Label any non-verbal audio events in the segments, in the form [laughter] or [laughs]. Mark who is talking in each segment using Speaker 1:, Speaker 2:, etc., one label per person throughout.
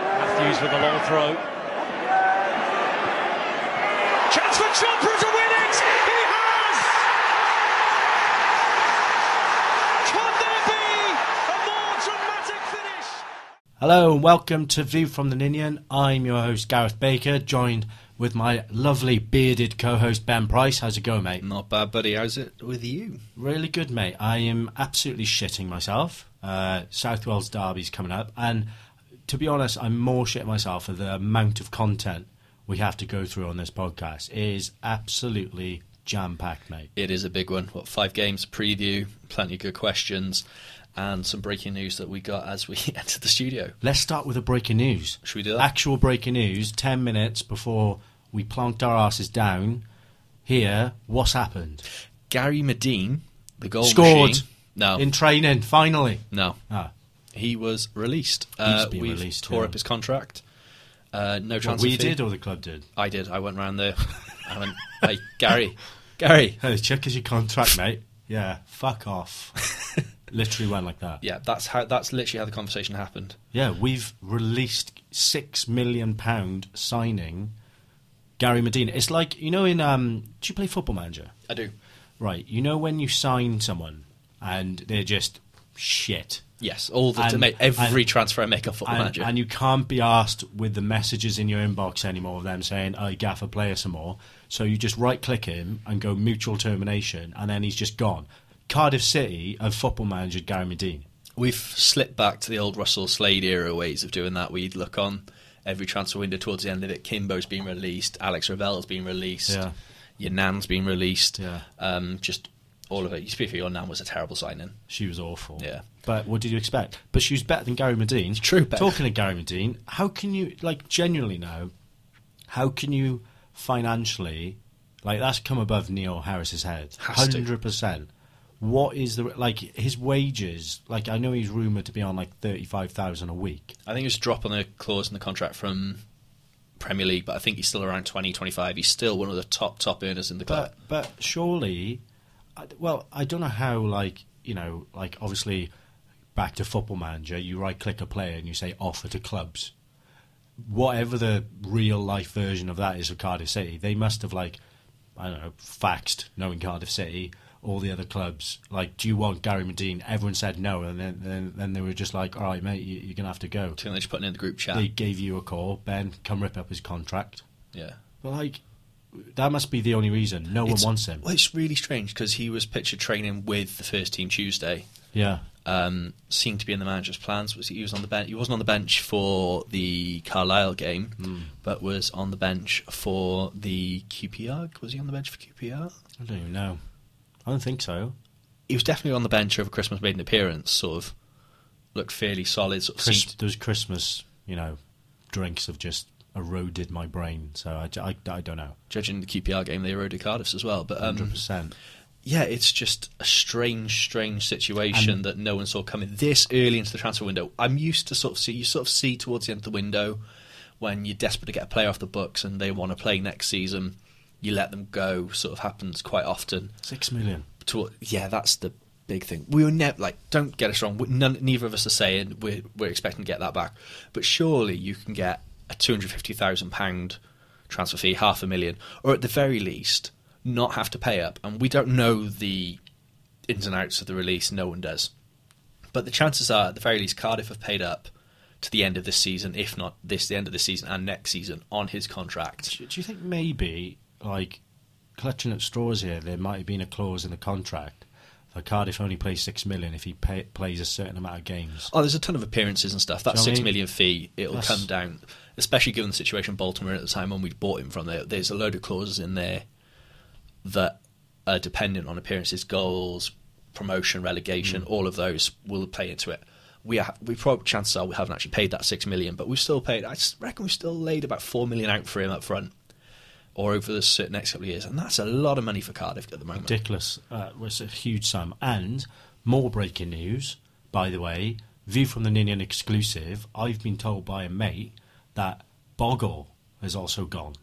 Speaker 1: with a long throw. Chance for Chopra to win it! He has! Can there be a more dramatic finish?
Speaker 2: Hello and welcome to View from the Ninian. I'm your host Gareth Baker, joined with my lovely bearded co-host Ben Price. How's it going, mate?
Speaker 3: Not bad, buddy. How's it with you?
Speaker 2: Really good, mate. I am absolutely shitting myself. Uh, South Wales Derby's coming up, and to be honest, I'm more shit myself for the amount of content we have to go through on this podcast. It is absolutely jam packed, mate.
Speaker 3: It is a big one. What five games preview? Plenty of good questions, and some breaking news that we got as we [laughs] entered the studio.
Speaker 2: Let's start with the breaking news.
Speaker 3: Should we do that?
Speaker 2: Actual breaking news, 10 minutes before we planked our asses down. Here, what's happened?
Speaker 3: Gary Medine, the goal
Speaker 2: Scored.
Speaker 3: Oh, machine- No,
Speaker 2: In training, finally.
Speaker 3: no,
Speaker 2: Ah,
Speaker 3: he was released.
Speaker 2: been
Speaker 3: we
Speaker 2: released,
Speaker 3: Tore
Speaker 2: yeah.
Speaker 3: up his contract. Uh, no
Speaker 2: what
Speaker 3: transfer
Speaker 2: we
Speaker 3: fee.
Speaker 2: did or the club did? [laughs]
Speaker 3: I did. I went round there. [laughs] I went, hey, Gary, Gary.
Speaker 2: Hey, check is your contract, mate. Yeah, fuck off.
Speaker 3: [laughs]
Speaker 2: Literally went like that.
Speaker 3: Yeah, that's how. That's literally how the conversation happened.
Speaker 2: Yeah, we've released six million pound signing Gary Medina. It's like you know in um, do you play Football Manager?
Speaker 3: I do.
Speaker 2: Right, you know when you sign someone and they're just shit,
Speaker 3: Yes, all the
Speaker 2: And-
Speaker 3: mate, every
Speaker 2: and-
Speaker 3: transfer I make on Football
Speaker 2: and,
Speaker 3: Manager.
Speaker 2: and you can't be asked with the messages in your inbox anymore of them saying, "I gaffer player some more." So you just right click him and go mutual termination, and then he's just gone. Cardiff City and Football Manager Gary Medina.
Speaker 3: We've slipped back to the old Russell Slade era ways of doing that. We'd look on every transfer window towards the end of it. Kimbo's been released. Alex Ravel's been released.
Speaker 2: Yeah.
Speaker 3: Your Nan's been released.
Speaker 2: Yeah.
Speaker 3: Um, just all of it. You speak for your Nan was a terrible signing.
Speaker 2: She was awful.
Speaker 3: Yeah.
Speaker 2: But what did you expect? But she was better than Gary Medine.
Speaker 3: true, better.
Speaker 2: Talking of Gary Medine, how can you like genuinely now? How can you financially like that's come above Neil Harris's head?
Speaker 3: Has to.
Speaker 2: Hundred percent. What is the like his wages? Like I know he's rumored to be on like thirty five thousand a week.
Speaker 3: I think it was a drop on the clause in the contract from Premier League, but I think he's still around 20, 25. He's still one of the top, top earners in the club.
Speaker 2: But but surely, I- well, I don't know how. Like you know, like obviously, back to Football Manager, you right click a player and you say offer to clubs. Whatever the real life version of that is of Cardiff City, they must have like I don't know faxed knowing Cardiff City. All the other clubs, like, do you want Gary Medine? Everyone said no, and then, then then they were just like, all right, mate, you, you're gonna have to go.
Speaker 3: I think they're just putting it in the group chat.
Speaker 2: They gave you a call, Ben, come rip up his contract.
Speaker 3: yeah.
Speaker 2: But like, that must be the only reason. No
Speaker 3: It's-
Speaker 2: one wants him.
Speaker 3: Well, it's really strange because he was pictured training with the first team Tuesday.
Speaker 2: Yeah.
Speaker 3: um, seemed to be in the manager's plans. Was he was on the bench? He wasn't on the bench for the Carlisle game, but was on the bench for the QPR. Was he on the bench for QPR?
Speaker 2: I don't even know. I don't think so.
Speaker 3: He was definitely on the bench over Christmas. Made an appearance, sort of looked fairly solid. Sort of
Speaker 2: Chris,
Speaker 3: seemed-
Speaker 2: those Christmas, you know, drinks have just eroded my brain, so I, j- I- I don't know.
Speaker 3: judging the QPR game, they eroded Cardiff's as well. But
Speaker 2: Hundred
Speaker 3: um,
Speaker 2: percent.
Speaker 3: yeah, it's just a strange, strange situation that no one saw coming this early into the transfer window. I'm used to sort of see you sort of see towards the end of the window when you're desperate to get a player off the books and they want to play next season, you let them go. Sort of happens quite often.
Speaker 2: Six million.
Speaker 3: To, yeah, that's the big thing. We were never like, don't get us wrong. we- None, neither of us are saying we're we're expecting to get that back, but surely you can get a two hundred fifty thousand pound transfer fee, half a million, or at the very least, not have to pay up. And we don't know the ins and outs of the release. No one does, but the chances are, at the very least, Cardiff have paid up. To the end of this season, if not this, the end of this season and next season on his contract.
Speaker 2: Do, do you think maybe, like, clutching at straws here, there might have been a clause in the contract that Cardiff only plays six million if he pay, plays a certain amount of games.
Speaker 3: Oh, there's a ton of appearances and stuff. That
Speaker 2: Do you know what
Speaker 3: six
Speaker 2: I mean?
Speaker 3: million fee, it'll
Speaker 2: That's-
Speaker 3: come down, especially given the situation Baltimore at the time when we bought him from there. There's a load of clauses in there that are dependent on appearances, goals, promotion,
Speaker 2: Mm.
Speaker 3: relegation. All of those will play into it. We are, we probably chances are we haven't actually paid that six million, but we've still paid. I s- reckon we've still laid about four million out for him up front, or over the s- next couple of years, and that's a lot of money for Cardiff at the moment.
Speaker 2: Ridiculous. Uh, was a huge sum. And more breaking news, by the way, view from the Ninian exclusive. I've been told by a mate that Boggle has also gone.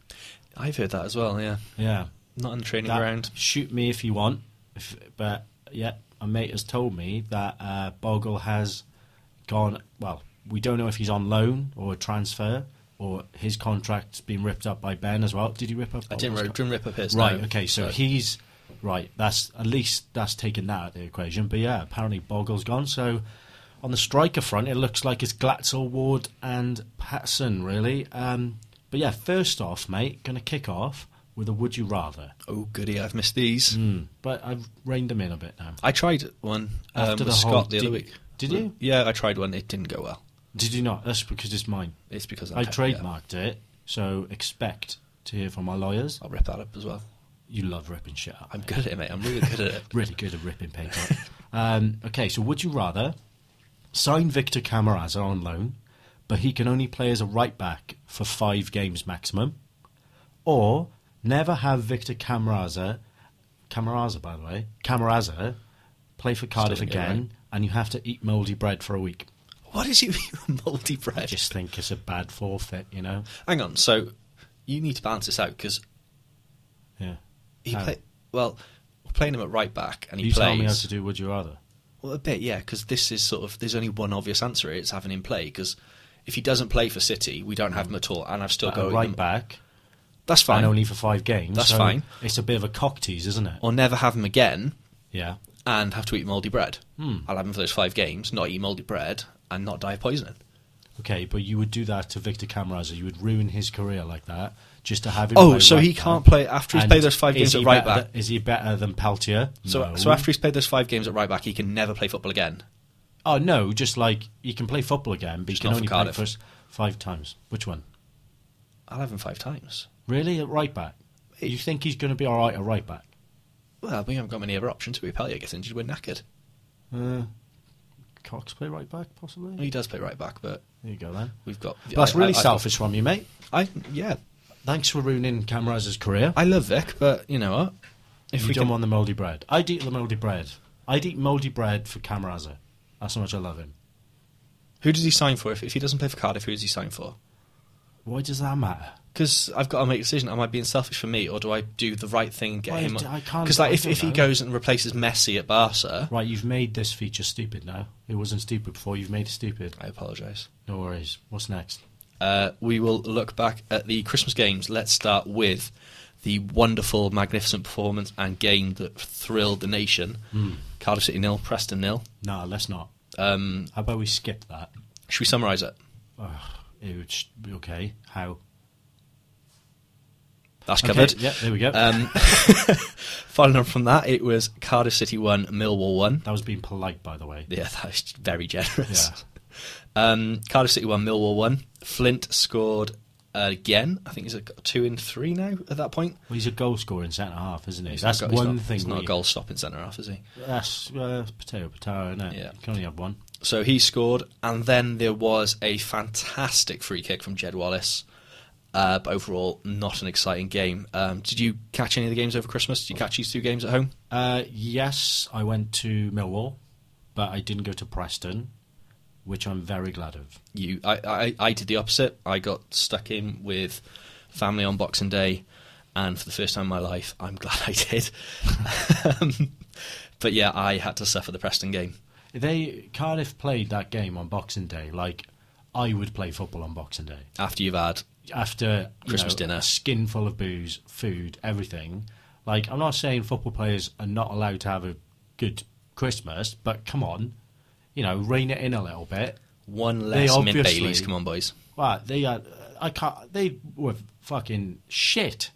Speaker 3: I've heard that as well. Yeah,
Speaker 2: Yeah.
Speaker 3: not in the training
Speaker 2: that-
Speaker 3: ground.
Speaker 2: Shoot me if you want, if, but yeah, a mate has told me that uh, Bogle has gone. Well, we don't know if he's on loan or a transfer, or his contract's been ripped up by Ben as well. Did he rip up?
Speaker 3: I didn't,
Speaker 2: Bob's
Speaker 3: re- didn't rip up his.
Speaker 2: Oh, Right.
Speaker 3: no.
Speaker 2: Okay. So he's right. That's at least that's taken that out of the equation. But yeah, apparently Bogle's gone. So on the striker front, it looks like it's Glatzel, Ward, and Patson really. Um, but yeah, first off, mate, gonna kick off with a would you rather.
Speaker 3: Oh goody, I've missed these.
Speaker 2: Mm. But I've reined them in a bit now.
Speaker 3: I tried one um,
Speaker 2: After
Speaker 3: with
Speaker 2: the whole
Speaker 3: Scott the other
Speaker 2: dig-
Speaker 3: week.
Speaker 2: Did you?
Speaker 3: Yeah, I tried one. It didn't go well.
Speaker 2: Did you not? That's because it's mine.
Speaker 3: It's because I'm
Speaker 2: I
Speaker 3: pe- yeah.
Speaker 2: trademarked it, so expect to hear from my lawyers.
Speaker 3: I'll rip that up as well.
Speaker 2: You love ripping shit up.
Speaker 3: I'm
Speaker 2: mate.
Speaker 3: good at it, mate. I'm really good at
Speaker 2: [laughs]
Speaker 3: it.
Speaker 2: really good at ripping paper. um, okay, so would you rather sign Victor Camarasa on loan, but he can only play as a right back for five games maximum, or never have Victor Camarasa, Camarasa by the way, Camarasa play for Cardiff
Speaker 3: Still didn't get it
Speaker 2: again, and you have to eat mouldy bread for a week?
Speaker 3: What is [laughs] it with your multi
Speaker 2: I
Speaker 3: bread?
Speaker 2: just think it's a bad forfeit, you know.
Speaker 3: Hang on. So you need to balance this out because
Speaker 2: Yeah.
Speaker 3: he
Speaker 2: How?
Speaker 3: play well. We're playing him at right back, and he
Speaker 2: you
Speaker 3: plays.
Speaker 2: tell me how to do. Would you rather?
Speaker 3: Well, a bit, yeah, because this is sort of there's only one obvious answer. here, It's having him play because if he doesn't play for City, we don't have him at all, and I've still
Speaker 2: But Mm. a
Speaker 3: got
Speaker 2: right
Speaker 3: him.
Speaker 2: back
Speaker 3: That's fine.
Speaker 2: and only for five games.
Speaker 3: That's
Speaker 2: so
Speaker 3: fine.
Speaker 2: It's a bit of a cock tease, isn't it?
Speaker 3: Or never have him again,
Speaker 2: Yeah.
Speaker 3: and have to eat mouldy bread.
Speaker 2: Hmm.
Speaker 3: I'll have him for those five games, not eat mouldy bread, and not die of poisoning.
Speaker 2: Okay, but you would do that to Victor Camaraza. You would ruin his career like that just to have him.
Speaker 3: Oh,
Speaker 2: play
Speaker 3: so
Speaker 2: right
Speaker 3: he can't
Speaker 2: back.
Speaker 3: play after he's
Speaker 2: And
Speaker 3: played those five
Speaker 2: is
Speaker 3: games
Speaker 2: he
Speaker 3: at right
Speaker 2: better
Speaker 3: back.
Speaker 2: th- is he better than Peltier?
Speaker 3: So,
Speaker 2: no.
Speaker 3: so after he's played those five games at right back, he can never play football again.
Speaker 2: oh no, just like he can play football again, but he
Speaker 3: Just
Speaker 2: can
Speaker 3: not for
Speaker 2: only play
Speaker 3: Cardiff.
Speaker 2: for us five times. Which one?
Speaker 3: I'll have him five times.
Speaker 2: Really, at right back? You think he's going to be all right at right back?
Speaker 3: Well, we haven't got many other options. We Pellier gets injured, we're knackered.
Speaker 2: Uh, Cox play right back, possibly.
Speaker 3: He does play right back, but
Speaker 2: There you go then.
Speaker 3: we've got.
Speaker 2: But that's
Speaker 3: I- I-
Speaker 2: really
Speaker 3: I've got-
Speaker 2: selfish from you, mate.
Speaker 3: I yeah,
Speaker 2: Thanks for ruining Camaraza's career.
Speaker 3: I love Vic, but you know what? If
Speaker 2: you
Speaker 3: we
Speaker 2: don't
Speaker 3: can,
Speaker 2: want the mouldy bread, I'd eat the mouldy bread. I'd eat mouldy bread for Camaraza. That's how much I love him.
Speaker 3: who does he sign for? If, if he doesn't play for Cardiff, who does he sign for?
Speaker 2: Why does that matter?
Speaker 3: Because I've got to make a decision. Am I being selfish for me, or do I do the right thing and get
Speaker 2: Well,
Speaker 3: him?
Speaker 2: I d- I can't-
Speaker 3: Because like,
Speaker 2: I
Speaker 3: if,
Speaker 2: don't
Speaker 3: if he
Speaker 2: know.
Speaker 3: goes and replaces Messi at Barca,
Speaker 2: Right, you've made this feature stupid now. It wasn't stupid before, you've made it stupid.
Speaker 3: I apologise.
Speaker 2: No worries. What's next?
Speaker 3: Uh, we will look back at the Christmas games. Let's start with the wonderful, magnificent performance and game that thrilled the nation.
Speaker 2: Hmm.
Speaker 3: Cardiff City nil, Preston nil.
Speaker 2: Nah, let's not.
Speaker 3: Um,
Speaker 2: How about we skip that?
Speaker 3: should we summarise it?
Speaker 2: Ugh, it would sh- okay. How?
Speaker 3: That's
Speaker 2: Okay,
Speaker 3: covered.
Speaker 2: yeah, there we go.
Speaker 3: Um, following on from that, it was Cardiff City 1, Millwall 1.
Speaker 2: that was being polite, by the way.
Speaker 3: Yeah, [laughs] that was very generous. [laughs] Um, Cardiff City 1, Millwall 1. Flint scored uh, again. I think he's a 2 in 3 now at that point.
Speaker 2: Well, he's a goal scorer in centre half, isn't he?
Speaker 3: He's
Speaker 2: That's
Speaker 3: not got- he's
Speaker 2: one
Speaker 3: not-
Speaker 2: thing.
Speaker 3: He's not
Speaker 2: we-
Speaker 3: a goal stopping centre half, is he?
Speaker 2: That's uh, potato, potato, isn't it?
Speaker 3: Yeah.
Speaker 2: You can only have one.
Speaker 3: So he scored, and then there was a fantastic free kick from Jed Wallace. Uh, but overall, not an exciting game. Um, did you catch any of the games over Christmas? Did you catch these two games at home?
Speaker 2: Uh, yes, I went to Millwall, but I didn't go to Preston, which I'm very glad of.
Speaker 3: you I, I I did the opposite. I got stuck in with family on Boxing Day, and for the first time in my life, I'm [laughs] glad I did. um, but yeah, I had to suffer the Preston game.
Speaker 2: They Cardiff played that game on Boxing Day. Like I would play football on Boxing Day.
Speaker 3: After you've had
Speaker 2: after you
Speaker 3: Christmas
Speaker 2: know,
Speaker 3: dinner.
Speaker 2: a skin full of booze, food, everything. Like I'm not saying football players are not allowed to have a good Christmas, but come on, you know, rein it in a little bit.
Speaker 3: one less mint
Speaker 2: obviously-
Speaker 3: Baileys, come on boys.
Speaker 2: Right, they are. I can't. They were fucking shit.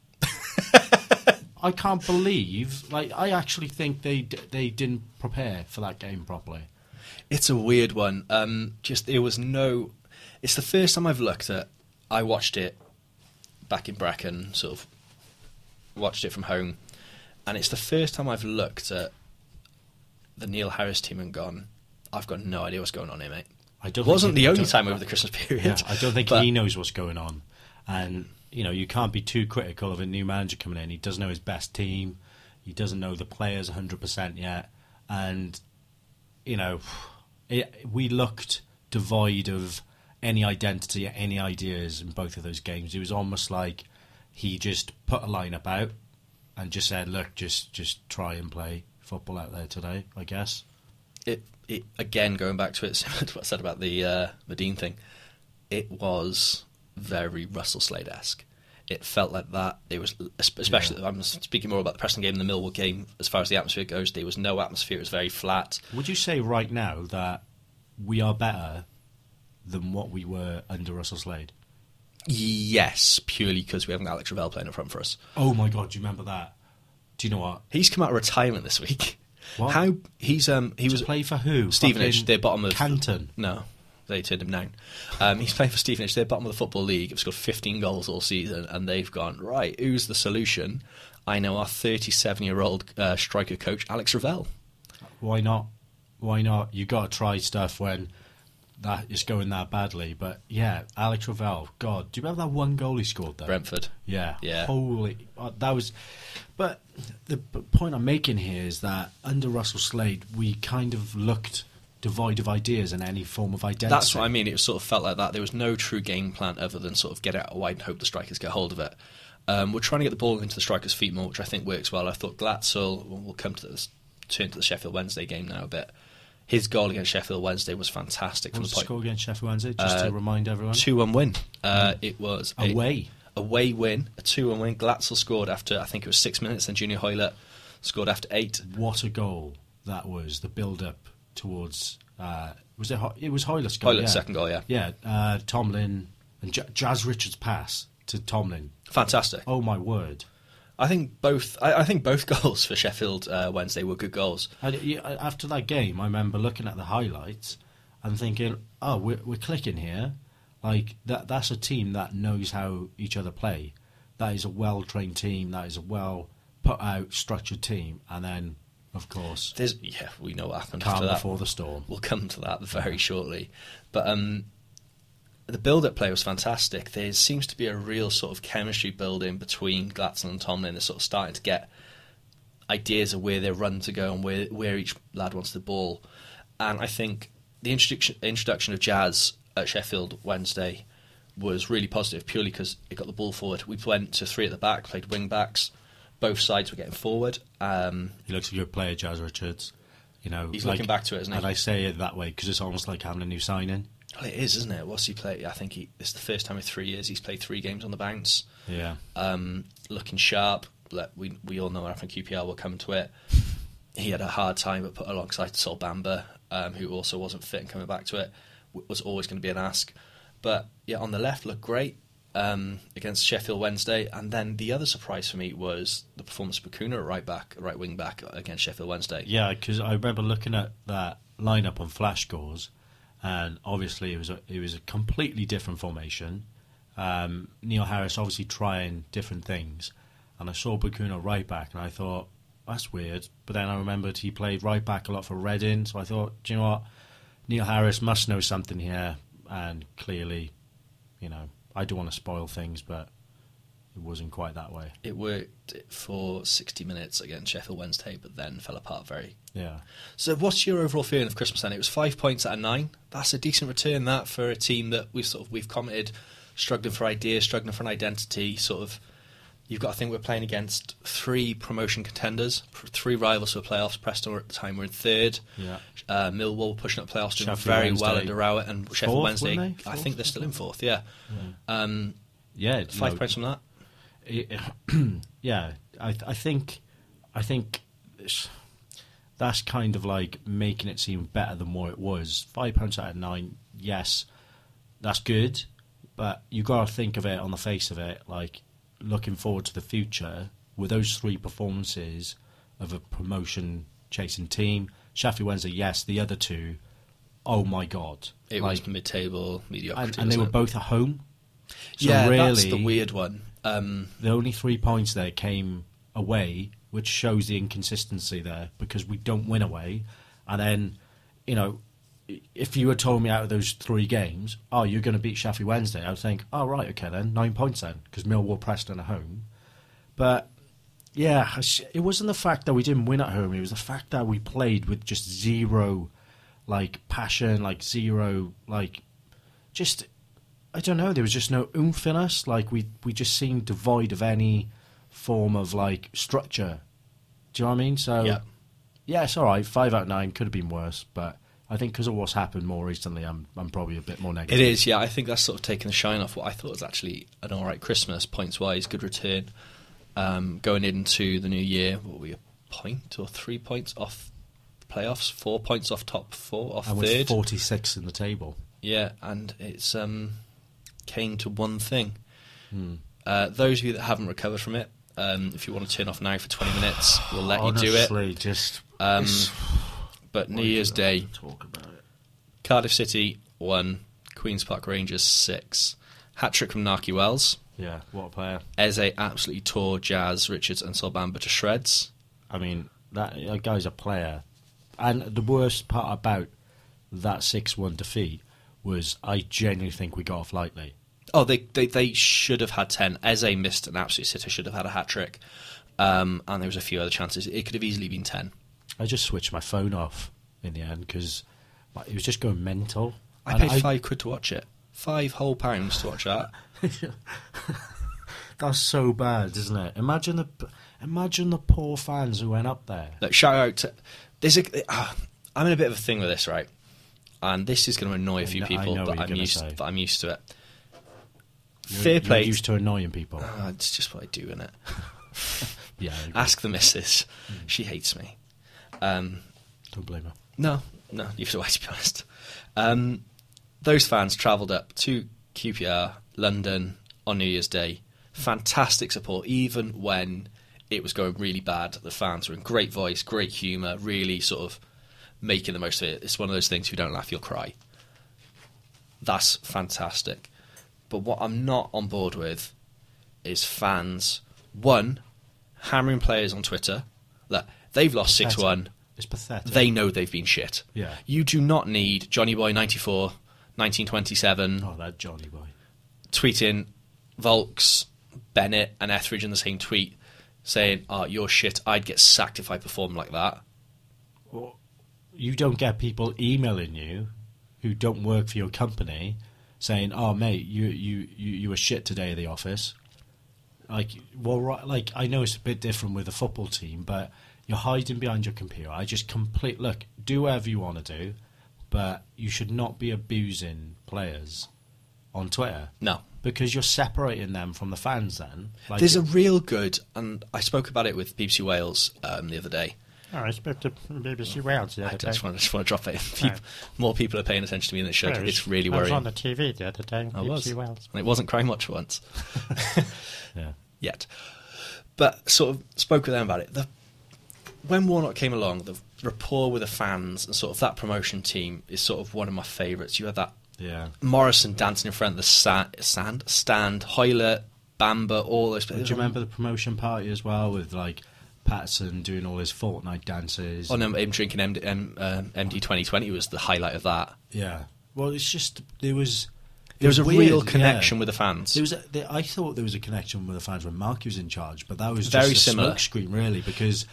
Speaker 2: I can't believe. Like I actually think they d- they didn't prepare for that game properly.
Speaker 3: It's a weird one. Um, just there was no. It's the first time I've looked at. I watched it back in Bracken, sort of watched it from home, and it's the first time I've looked at the Neil Harris team and gone. I've got no idea what's going on here, mate.
Speaker 2: I don't
Speaker 3: It wasn't
Speaker 2: think he-
Speaker 3: the only
Speaker 2: don't-
Speaker 3: time over the Christmas [laughs] period.
Speaker 2: Yeah, I don't think
Speaker 3: but
Speaker 2: he knows what's going on, and you know you can't be too critical of a new manager coming in. He doesn't know his best team, he doesn't know the players 100 percent yet, and you know it, we looked devoid of any identity, any ideas in both of those games. It was almost like he just put a lineup out and just said, "Look, just just try and play football out there today." I guess.
Speaker 3: It, [laughs] it again going back to it, similar to what I said about the uh, Medine thing. It was very Russell Slade esque. It felt like that. It was especially. I'm speaking more about the Preston game than the Millwall game. As far as the atmosphere goes, there was no atmosphere. It was very flat.
Speaker 2: Would you say right now that we are better than what we were under Russell Slade?
Speaker 3: Yes, purely because we haven't got Alex Ravel playing up front for us.
Speaker 2: Oh my god, do you remember that? Do you know what?
Speaker 3: He's come out of retirement this week.
Speaker 2: What?
Speaker 3: How he's um he was
Speaker 2: Play for who?
Speaker 3: Stevenage,
Speaker 2: Fucking
Speaker 3: they're bottom of
Speaker 2: Canton.
Speaker 3: No, they turned him down. Um, he's playing for Stevenage. They're bottom of the football league. They've scored 15 goals all season, and they've gone right. Who's the solution? I know our 37-year-old uh, striker coach Alex Ravel.
Speaker 2: Why not? Why not? You got to try stuff when that is going that badly. But yeah, Alex Ravel. God, do you remember that one goal he scored though?
Speaker 3: Brentford.
Speaker 2: Yeah.
Speaker 3: Yeah.
Speaker 2: Holy, uh, that was. But the p- point I'm making here is that under Russell Slade, we kind of looked devoid of ideas and any form of identity.
Speaker 3: That's what I mean. It sort of felt like that. There was no true game plan other than sort of get out wide and hope the strikers get hold of it. Um, we're trying to get the ball into the strikers' feet more, which I think works well. I thought Glatzel, we'll we'll come to this, turn to the Sheffield Wednesday game now a bit. His goal against Sheffield Wednesday was fantastic
Speaker 2: What
Speaker 3: from
Speaker 2: was
Speaker 3: the
Speaker 2: the
Speaker 3: point. Uh,
Speaker 2: score against Sheffield Wednesday? Just to remind everyone.
Speaker 3: Two one win. Uh, it was a-
Speaker 2: Away.
Speaker 3: away win, a two one win. Glatzel scored after I think it was six minutes, and Junior Hoylett scored after eight.
Speaker 2: What a goal that was! The build-up towards uh, was it? Ho- it was Hoylett's goal.
Speaker 3: Hoylett's
Speaker 2: Oh, yeah.
Speaker 3: second goal, yeah.
Speaker 2: yeah. Uh, Tomlin and J- Jazz Richards' pass to Tomlin.
Speaker 3: Fantastic.
Speaker 2: Oh my word!
Speaker 3: I think both. I, I think both [laughs] goals for Sheffield uh, Wednesday were good goals.
Speaker 2: And, yeah, after that game, I remember looking at the highlights and thinking, "Oh, we're, we're clicking here." Like that—that's a team that knows how each other play. That is a well-trained team. That is a well put-out, structured team. And then, of course,
Speaker 3: There's, yeah, we know what happened
Speaker 2: calm
Speaker 3: after that.
Speaker 2: before the storm.
Speaker 3: We'll come to that very shortly. But um, the build-up play was fantastic. There seems to be a real sort of chemistry building between Glatson and Tomlin. They're sort of starting to get ideas of where their run to go and where where each lad wants the ball. And I think the introduction introduction of Jazz at Sheffield Wednesday was really positive, purely because it got the ball forward. We went to three at the back, played wing backs. Both sides were getting forward. Um,
Speaker 2: He looks a good player, Jazz Richards. You know,
Speaker 3: He's looking back to it, isn't he?
Speaker 2: And I say it that way because it's almost like having a new signing.
Speaker 3: Well, it is, isn't it? What's he play? I think he, it's the first time in three years he's played three games on the bounce.
Speaker 2: Yeah.
Speaker 3: Um, looking sharp. Like, we we all know what happened. at QPR will come to it. He had a hard time, but put alongside Sol Bamba, um, who also wasn't fit and coming back to it, w- was always going to be an ask. But yeah, on the left looked great um, against Sheffield Wednesday, and then the other surprise for me was the performance of Bakuna at right back, right wing back against Sheffield Wednesday.
Speaker 2: Yeah, because I remember looking at that lineup on Flash Scores, and obviously it was a, it was a completely different formation. Um, Neil Harris obviously trying different things, and I saw Bakuna right back, and I thought that's weird. But then I remembered he played right back a lot for Reading, so I thought, do you know what, Neil Harris must know something here, and clearly, you know, I don't want to spoil things, but it wasn't quite that way.
Speaker 3: It worked for 60 minutes against Sheffield Wednesday, but then fell apart very
Speaker 2: Yeah.
Speaker 3: So, what's your overall feeling of Christmas then? It was five points out of nine. That's a decent return, that for a team that we've sort of we've commented struggling for ideas, struggling for an identity. Sort of, you've got to think we're playing against three promotion contenders, pr- three rivals for playoffs. Preston were at the time were in third.
Speaker 2: Yeah.
Speaker 3: Uh, Millwall were pushing up playoffs, doing
Speaker 2: Sheffield
Speaker 3: very well
Speaker 2: Wednesday.
Speaker 3: under Rowett and Sheffield
Speaker 2: Fourth,
Speaker 3: Wednesday.
Speaker 2: weren't they?
Speaker 3: I
Speaker 2: Fourth
Speaker 3: think they're
Speaker 2: or
Speaker 3: still in fourth. Yeah, Um,
Speaker 2: Yeah,
Speaker 3: five
Speaker 2: no,
Speaker 3: points from that.
Speaker 2: it- [clears throat] yeah, I, th- I think, I think it's- that's kind of like making it seem better than what it was. Five points out of nine, yes, that's good, but you got to think of it on the face of it, like looking forward to the future. Were those three performances of a promotion chasing team? Sheffield Wednesday, yes. The other two, oh my god,
Speaker 3: It
Speaker 2: like,
Speaker 3: was mid-table mediocrity,
Speaker 2: and, and they
Speaker 3: wasn't
Speaker 2: were
Speaker 3: it?
Speaker 2: both at home. So
Speaker 3: yeah,
Speaker 2: really,
Speaker 3: that's the weird one. Um,
Speaker 2: the only three points there came away, which shows the inconsistency there because we don't win away. And then, you know, if you had told me out of those three games, oh, you're going to beat Sheffield Wednesday, I would think, oh, right, okay then, nine points then, because Millwall, Preston at home. But yeah, I sh- it wasn't the fact that we didn't win at home. It was the fact that we played with just zero, like passion, like zero, like just I don't know. There was just no oomph in us. Like we we just seemed devoid of any form of like structure. Do you know what I mean? So
Speaker 3: Yeah.
Speaker 2: yeah, it's all right. Five out of nine could have been worse, but I think because of what's happened more recently, I'm I'm probably a bit more negative.
Speaker 3: It is, yeah. I think that's sort of taken the shine off what I thought was actually an all right Christmas points wise, good return. Um, going into the new year, what were we a point or three points off the playoffs, four points off top four, off
Speaker 2: And we're
Speaker 3: third.
Speaker 2: 46 in the table.
Speaker 3: Yeah, and it's um, came to one thing. Uh, those of you that haven't recovered from it, um, if you want to turn off now for 20 minutes, we'll let you do it.
Speaker 2: Honestly, just
Speaker 3: Um,
Speaker 2: it's-
Speaker 3: But New Year's Day,
Speaker 2: Talk about it.
Speaker 3: Cardiff City one, Queens Park Rangers six, hat trick from Naki Wells.
Speaker 2: Yeah, what a player.
Speaker 3: Eze absolutely tore Jazz, Richards, and Solbamba to shreds.
Speaker 2: I mean, that, that guy's a player. And the worst part about that 6 1 defeat was I genuinely think we got off lightly.
Speaker 3: Oh, they, they they should have had ten. Eze missed an absolute sitter. Should have had a hat trick, um, and there was a few other chances. It could have easily been ten.
Speaker 2: I just switched my phone off in the end because it was just going mental.
Speaker 3: I
Speaker 2: And
Speaker 3: paid five quid to watch it. Five whole pounds to watch that.
Speaker 2: That's so bad, isn't it? Imagine the imagine the poor fans who went up there.
Speaker 3: Look, shout out to there's a. Uh, I'm in a bit of a thing with this, right? And this is going to annoy a few
Speaker 2: kn- I
Speaker 3: people,
Speaker 2: know
Speaker 3: but
Speaker 2: what you're
Speaker 3: I'm
Speaker 2: gonna
Speaker 3: used.
Speaker 2: say.
Speaker 3: But I'm used to it.
Speaker 2: You're-
Speaker 3: Fair
Speaker 2: you're
Speaker 3: play.
Speaker 2: used to annoying people.
Speaker 3: Ah, it's just what I do,
Speaker 2: [laughs]
Speaker 3: innit?
Speaker 2: Yeah, I agree.
Speaker 3: Ask the
Speaker 2: [laughs]
Speaker 3: missus. She hates me. Um,
Speaker 2: don't blame her.
Speaker 3: No, no, [laughs] neither do I, to be honest. Um, those fans travelled up to QPR, London, on New Year's Day. Fantastic support, even when it was going really bad. The fans were in great voice, great humour, really sort of making the most of it. It's one of those things, if you don't laugh, you'll cry. That's fantastic. But what I'm not on board with is fans, one, hammering players on Twitter. Look, they've lost 6 1
Speaker 2: It's pathetic.
Speaker 3: they know they've been shit.
Speaker 2: Yeah.
Speaker 3: You do not need Johnny Boy 94, 1927,
Speaker 2: oh, that Johnny boy.
Speaker 3: tweeting Volks, Bennett, and Etheridge in the same tweet saying, Oh, you're shit. I'd get sacked if I performed like that.
Speaker 2: You don't get people emailing you who don't work for your company saying, "Oh, mate, you you you, you were shit today at the office." Like, well, right, like I know it's a bit different with a football team, but you're hiding behind your computer. I just complete look. Do whatever you want to do, but you should not be abusing players on Twitter.
Speaker 3: No.
Speaker 2: because you're separating them from the fans. Then like,
Speaker 3: There's a real good, and I spoke about it with BBC Wales um, the other day.
Speaker 4: Oh, I spoke to BBC Wales the
Speaker 3: I
Speaker 4: other day.
Speaker 3: just want, to, just want to drop it. People, [laughs] More people are paying attention to me than they should.
Speaker 4: Whereas
Speaker 3: It's really
Speaker 4: I was
Speaker 3: worrying.
Speaker 4: on the TV the other day.
Speaker 3: I
Speaker 4: BBC
Speaker 3: was.
Speaker 4: Wales.
Speaker 3: And it wasn't crying much for once.
Speaker 2: yeah.
Speaker 3: yet. But sort of spoke with them about it. The, when Warnock came along, the rapport with the fans and sort of that promotion team is sort of one of my favourites. You had that
Speaker 2: Yeah.
Speaker 3: Morrison dancing in front of the sa- sand, stand, Hoyler, Bamba, all those.
Speaker 2: Do you remember the promotion party as well with like Patterson doing all his Fortnite dances?
Speaker 3: On him, him drinking MD, um, um, MD 2020 was the highlight of that.
Speaker 2: yeah. Well, it's just there was
Speaker 3: There was a
Speaker 2: weird,
Speaker 3: real
Speaker 2: yeah.
Speaker 3: connection with the fans.
Speaker 2: There was a, there, I thought there was a connection with the fans when Markey was in charge, but that was just
Speaker 3: Very
Speaker 2: a
Speaker 3: similar.
Speaker 2: smokescreen, really, because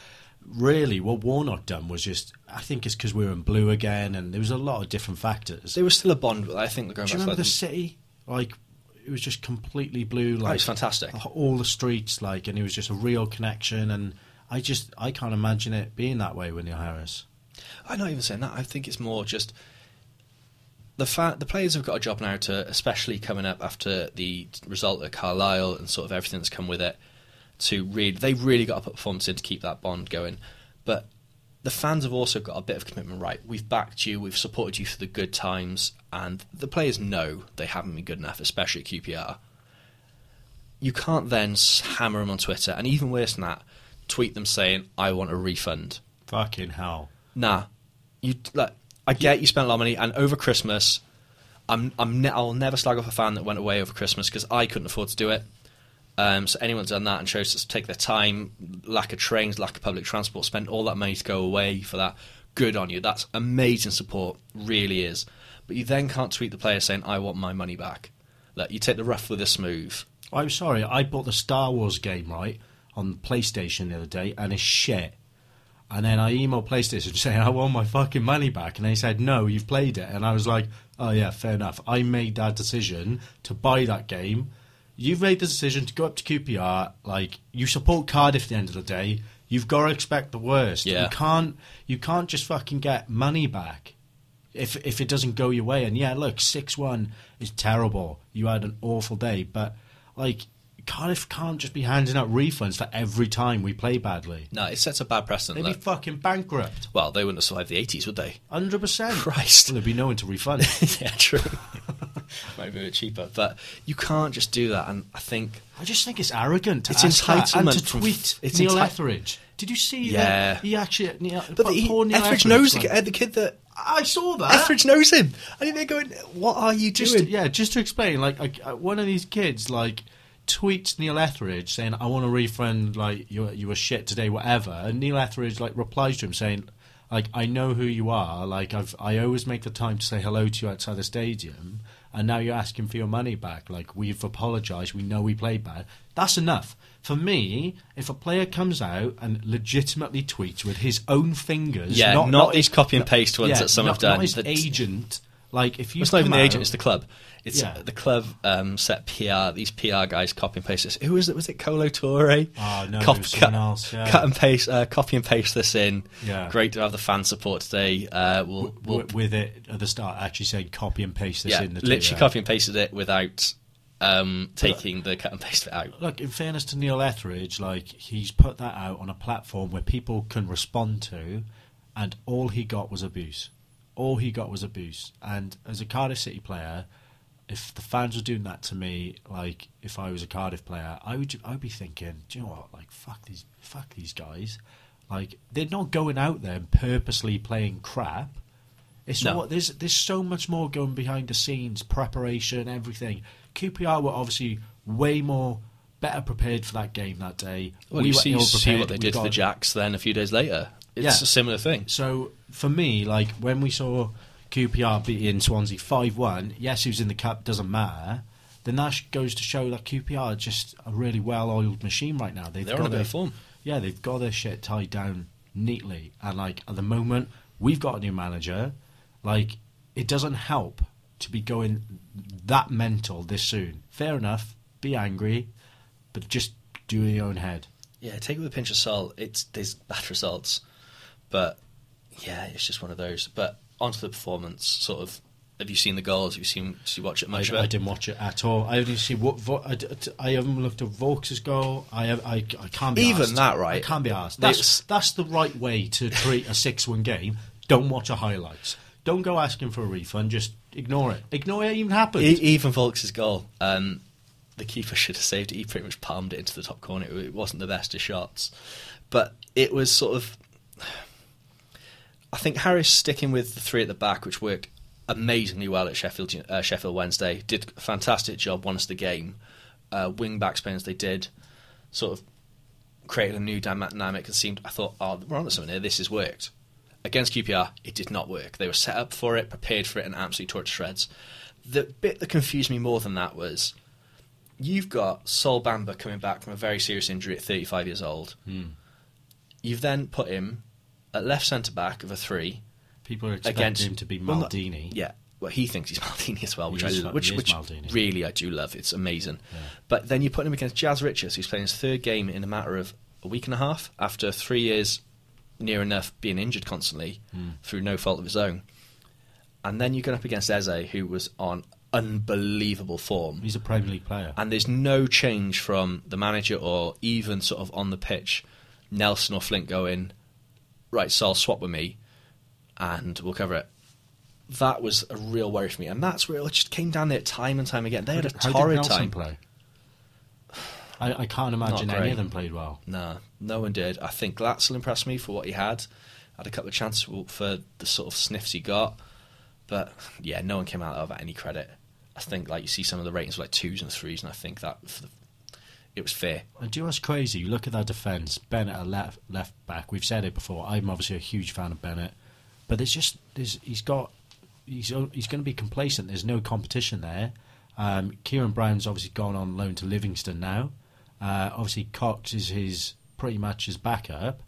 Speaker 2: really what Warnock done was just I think it's because we were in blue again, and there was a lot of different factors.
Speaker 3: there was still a bond, but I think they're going
Speaker 2: Do
Speaker 3: back
Speaker 2: you remember
Speaker 3: to
Speaker 2: the
Speaker 3: that.
Speaker 2: city? Like it was just completely blue. Like uh,
Speaker 3: was fantastic.
Speaker 2: All the streets, like, and it was just a real connection. And I just I can't imagine it being that way with Neil Harris.
Speaker 3: I'm not even saying that. I think it's more just the fa- the players have got a job now to, especially coming up after the result at Carlisle and sort of everything that's come with it. To really, they've really got to put performance in to keep that bond going. But the fans have also got a bit of commitment, right? We've backed you, we've supported you through the good times, and the players know they haven't been good enough, especially at QPR you can't then s- hammer them on Twitter, and even worse than that, tweet them saying, "I want a refund."
Speaker 2: Fucking hell!
Speaker 3: Nah, you like, I get you spent a lot of money, and over Christmas, I'm I'm ne- I'll never slag off a fan that went away over Christmas because I couldn't afford to do it. Um, so anyone's done that and chose to take their time, lack of trains, lack of public transport, spent all that money to go away for that. Good on you. That's amazing support, really is. But you then can't tweet the player saying, "I want my money back." Like, you take the rough with the smooth.
Speaker 2: I'm sorry, I bought the Star Wars game right on PlayStation the other day, and it's shit. And then I emailed PlayStation [laughs] saying I want my fucking money back, and they said no, you've played it. And I was like, oh yeah, fair enough. I made that decision to buy that game. You've made the decision to go up to QPR. Like you support Cardiff at the end of the day. You've got to expect the worst.
Speaker 3: Yeah.
Speaker 2: You can't. You can't just fucking get money back. If if it doesn't go your way, and yeah, look, six one is terrible. You had an awful day, but like Cardiff can't just be handing out refunds for every time we play badly.
Speaker 3: No, it sets a bad precedent.
Speaker 2: They'd be
Speaker 3: though.
Speaker 2: fucking bankrupt,
Speaker 3: well, they wouldn't have survived the eighties, would they?
Speaker 2: hundred percent.
Speaker 3: Christ.
Speaker 2: well, there'd be no one
Speaker 3: [laughs]
Speaker 2: to refund.
Speaker 3: yeah, true. Might be a bit cheaper, but you can't just do that. And I think
Speaker 2: I just think it's arrogant to
Speaker 3: It's
Speaker 2: ask that and to
Speaker 3: entitlement from-
Speaker 2: tweet
Speaker 3: it's
Speaker 2: Neil
Speaker 3: enti-
Speaker 2: Etheridge. Did you see
Speaker 3: Yeah.
Speaker 2: that he actually? Neil,
Speaker 3: But the,
Speaker 2: poor Neil
Speaker 3: Etheridge knows the,
Speaker 2: like-
Speaker 3: kid- the kid that
Speaker 2: I saw
Speaker 3: [laughs]
Speaker 2: that.
Speaker 3: Etheridge knows him. I think they're going, "What are you
Speaker 2: just
Speaker 3: doing?"
Speaker 2: yeah, just to explain, like I, I- one of these kids like tweets Neil Etheridge saying, "I want to refund like you you were shit today, whatever," and Neil Etheridge like replies to him saying, "Like I know who you are. Like I've I always make the time to say hello to you outside the stadium." And now you're asking for your money back. Like we've apologised, we know we played bad. That's enough for me. If a player comes out and legitimately tweets with his own fingers,
Speaker 3: Yeah,
Speaker 2: not, e-
Speaker 3: not, these copy and paste ones
Speaker 2: yeah,
Speaker 3: that some
Speaker 2: not,
Speaker 3: have done.
Speaker 2: not his
Speaker 3: that-
Speaker 2: agent. Like if you
Speaker 3: it's not even
Speaker 2: come
Speaker 3: the agent;
Speaker 2: out-
Speaker 3: it's the club. It's
Speaker 2: Yeah.
Speaker 3: the club um, set PR. These PR guys copy and paste this. Who was it? Was it Colo Torre?
Speaker 2: Oh, no, it
Speaker 3: Cop-
Speaker 2: was someone else, yeah.
Speaker 3: Cut and paste. Uh, copy and paste this in.
Speaker 2: Yeah.
Speaker 3: Great to have the fan support today. Uh, we'll, we'll
Speaker 2: w- with it at the start actually saying copy and paste this
Speaker 3: yeah,
Speaker 2: in the
Speaker 3: literally
Speaker 2: tweet.
Speaker 3: copy and pasted it without um, taking the cut and paste bit out.
Speaker 2: Look, in fairness to Neil Etheridge, like he's put that out on a platform where people can respond to, and all he got was abuse. All he got was abuse. And as a Cardiff City player, if the fans were doing that to me, like if I was a Cardiff player, I would I would be thinking, do you know what? Like fuck these fuck these guys. Like they're not going out there and purposely playing crap. It's
Speaker 3: No.
Speaker 2: what there's there's so much more going behind the scenes, preparation, everything. QPR were obviously way more better prepared for that game that day.
Speaker 3: Well, you
Speaker 2: were
Speaker 3: see, you see
Speaker 2: ill-prepared.
Speaker 3: what they
Speaker 2: We
Speaker 3: did for
Speaker 2: got-
Speaker 3: the Jacks then a few days later. It's
Speaker 2: Yeah.
Speaker 3: a similar thing.
Speaker 2: So for me, like when we saw QPR beating Swansea five one, yes, who's in the cup doesn't matter. Then that sh- goes to show that QPR are just a really well-oiled machine right now. They've
Speaker 3: They're
Speaker 2: got
Speaker 3: on a bit
Speaker 2: their-
Speaker 3: of form.
Speaker 2: yeah, they've got their shit tied down neatly. And like at the moment, we've got a new manager. Like it doesn't help to be going that mental this soon. Fair enough, be angry, but just do it in your own head.
Speaker 3: Yeah, take it with a pinch of salt. It's there's bad results, but yeah, it's just one of those. But onto the performance, sort of. Have you seen the goals? Have you seen? Did you watch it
Speaker 2: I,
Speaker 3: much? of it?
Speaker 2: I didn't watch it at all. I only see what Vo- I, d- t- I haven't looked at Vaux's goal. I have, I, I can't be
Speaker 3: Even
Speaker 2: arsed.
Speaker 3: that, right?
Speaker 2: I can't be asked.
Speaker 3: They-
Speaker 2: That's that's the right way to treat a six-one game. Don't watch a highlights. Don't go asking for a refund. Just ignore it. Ignore it even happened.
Speaker 3: E- even Volks' goal. Um, the keeper should have saved it. He pretty much palmed it into the top corner. It, it wasn't the best of shots, but it was sort of. I think Harris sticking with the three at the back, which worked amazingly well at Sheffield uh, Sheffield Wednesday, did a fantastic job. Won us the game. Uh, wing backs playing as they did, sort of created a new dynamic and seemed. I thought, oh, we're onto something here. This has worked. Against QPR, it did not work. They were set up for it, prepared for it, and absolutely tore it to shreds. The bit that confused me more than that was you've got Sol Bamba coming back from a very serious injury at 35 years old. You've then put him at left centre back of a three
Speaker 2: People are expecting
Speaker 3: against
Speaker 2: him to be
Speaker 3: well, not-
Speaker 2: Maldini.
Speaker 3: yeah, well, he thinks he's [laughs] Maldini as well, which
Speaker 2: He
Speaker 3: I
Speaker 2: is-
Speaker 3: lo- which,
Speaker 2: he is
Speaker 3: which
Speaker 2: Maldini.
Speaker 3: really I do love. It's amazing. But then you put him against Jazz Richards, who's playing his third game in a matter of a week and a half after three years, near enough, being injured constantly
Speaker 2: Hmm.
Speaker 3: through no fault of his own. And then you get up against Eze, who was on unbelievable form.
Speaker 2: He's a Premier League player.
Speaker 3: And there's no change from the manager or even sort of on the pitch, Nelson or Flint going, right, Sol, swap with me and we'll cover it. That was a real worry for me. And that's where it just came down there time and time again. They had a
Speaker 2: How did
Speaker 3: torrid
Speaker 2: Nelson
Speaker 3: time.
Speaker 2: play? [sighs] I, I can't imagine
Speaker 3: great.
Speaker 2: any of them played well.
Speaker 3: Nah, no one did. I think Glatzel impressed me for what he had. Had a couple of chances for- for the sort of sniffs he got. But yeah, no one came out of it any credit. I think like you see some of the ratings were like twos and threes, and I think that for the, it was fair.
Speaker 2: And do you know what's crazy? You look at that defence. Bennett at left left back. We've said it before. I'm obviously a huge fan of Bennett, but there's just there's he's got he's o- he's going to be complacent. There's no competition there. Um, Kieran Brown's obviously gone on loan to Livingston now. Uh, obviously Cox is his pretty much his backup.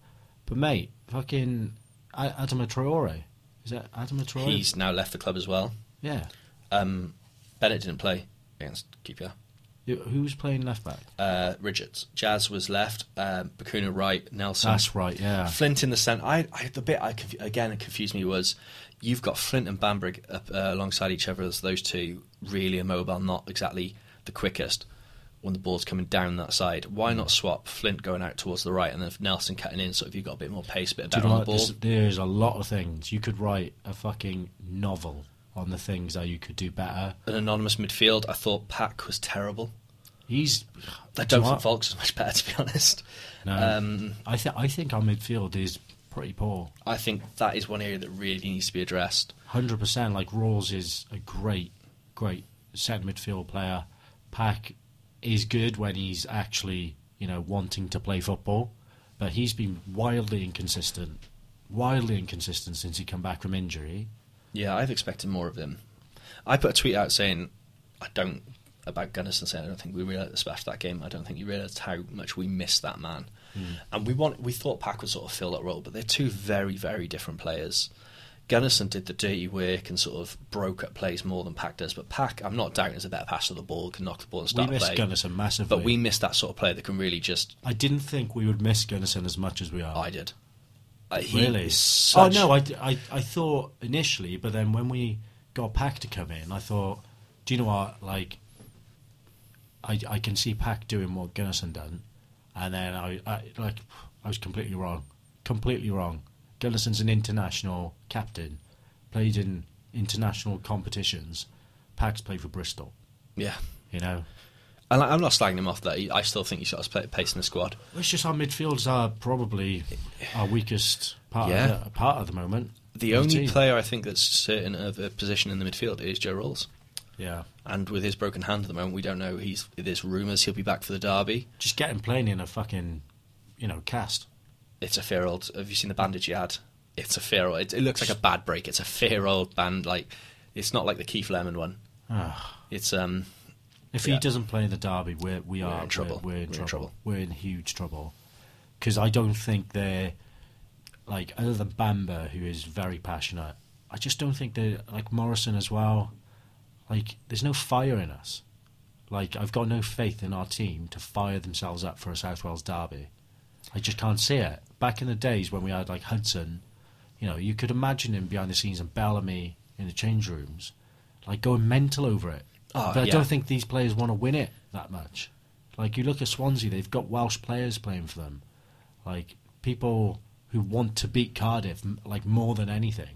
Speaker 2: But mate, fucking A- Adama Traore is that Adama Traore?
Speaker 3: He's now left the club as well.
Speaker 2: yeah.
Speaker 3: Um, Bennett didn't play against QPR.
Speaker 2: Who was playing left back?
Speaker 3: Uh, Richards, Jazz was left. Um, Bakuna right. Nelson.
Speaker 2: That's right, yeah.
Speaker 3: Flint in the centre. I, I the bit I conf- again it confused me was you've got Flint and Bamberg up, uh, alongside each other as those two really immobile, not exactly the quickest when the ball's coming down that side. Why not swap Flint going out towards the right and then Nelson cutting in? So if you've got a bit more pace, a bit
Speaker 2: Do you
Speaker 3: better
Speaker 2: know
Speaker 3: on the ball.
Speaker 2: what? This- there's a lot of things. You could write a fucking novel on the things that you could do better.
Speaker 3: An anonymous midfield. I thought Pack was terrible.
Speaker 2: He's. [sighs]
Speaker 3: I
Speaker 2: Do you
Speaker 3: don't
Speaker 2: know
Speaker 3: think
Speaker 2: what?
Speaker 3: Volks [laughs] is much better to be honest.
Speaker 2: No.
Speaker 3: Um,
Speaker 2: I, th- I think our midfield is pretty poor.
Speaker 3: I think that is one area that really needs to be addressed.
Speaker 2: 100%. Like, Rawls is a great, great centre midfield player. Pack is good when he's actually, you know, wanting to play football. But he's been wildly inconsistent. Wildly inconsistent since he come back from injury.
Speaker 3: Yeah, I've expected more of him. I put a tweet out saying I don't about Gunnarsson saying I don't think we realised especially that game. I don't think you realised how much we missed that man. And we want we thought Pack would sort of fill that role, but they're two very very different players. Gunnarsson did the dirty work and sort of broke up plays more than Pack does, but Pack I'm not doubting is a better passer of the ball, can knock the ball and start
Speaker 2: we
Speaker 3: play.
Speaker 2: missed Gunnison massively.
Speaker 3: But we missed that sort of player that can really just
Speaker 2: I didn't think we would miss Gunnison as much as we are.
Speaker 3: I did. Uh, he
Speaker 2: Really?
Speaker 3: is such-
Speaker 2: Oh no, I, I, I thought initially, but then when we got Pack to come in, I thought, do you know what? Like, I, I can see Pack doing what Gunnison done, and then I, I like I was completely wrong, completely wrong. Gunnison's an international captain, played in international competitions. Pack's played for Bristol,
Speaker 3: yeah.
Speaker 2: you know.
Speaker 3: And I- I'm not slagging him off there. I still think he's got his pla- place in the squad.
Speaker 2: It's just our midfields are probably our weakest part
Speaker 3: Yeah.
Speaker 2: of the, part at the moment.
Speaker 3: The
Speaker 2: of
Speaker 3: only
Speaker 2: team.
Speaker 3: player I think that's certain of a position in the midfield is Joe Rolls.
Speaker 2: yeah.
Speaker 3: And with his broken hand at the moment, we don't know. He's there's rumours he'll be back for the derby.
Speaker 2: just get him playing in a fucking, you know, cast.
Speaker 3: It's a fair old. Have you seen the bandage he had? It's a fair old. It, it looks like a bad break. It's a fair old band. Like it's not like the Keith Lemon one.
Speaker 2: Ah.
Speaker 3: It's um.
Speaker 2: If
Speaker 3: Yeah.
Speaker 2: he doesn't play in the derby, we're, we
Speaker 3: We're
Speaker 2: are
Speaker 3: in trouble.
Speaker 2: We're, in,
Speaker 3: We're in
Speaker 2: trouble.
Speaker 3: trouble.
Speaker 2: We're in huge trouble because I don't think they're like other than Bamber, who is very passionate. I just don't think they're like Morrison as well. Like, there's no fire in us. Like, I've got no faith in our team to fire themselves up for a South Wales derby. I just can't see it. Back in the days when we had like Hudson, you know, you could imagine him behind the scenes and Bellamy in the change rooms, like going mental over it.
Speaker 3: Oh,
Speaker 2: but I
Speaker 3: yeah.
Speaker 2: don't think these players want to win it that much. Like you look at Swansea, they've got Welsh players playing for them, like people who want to beat Cardiff m- like more than anything.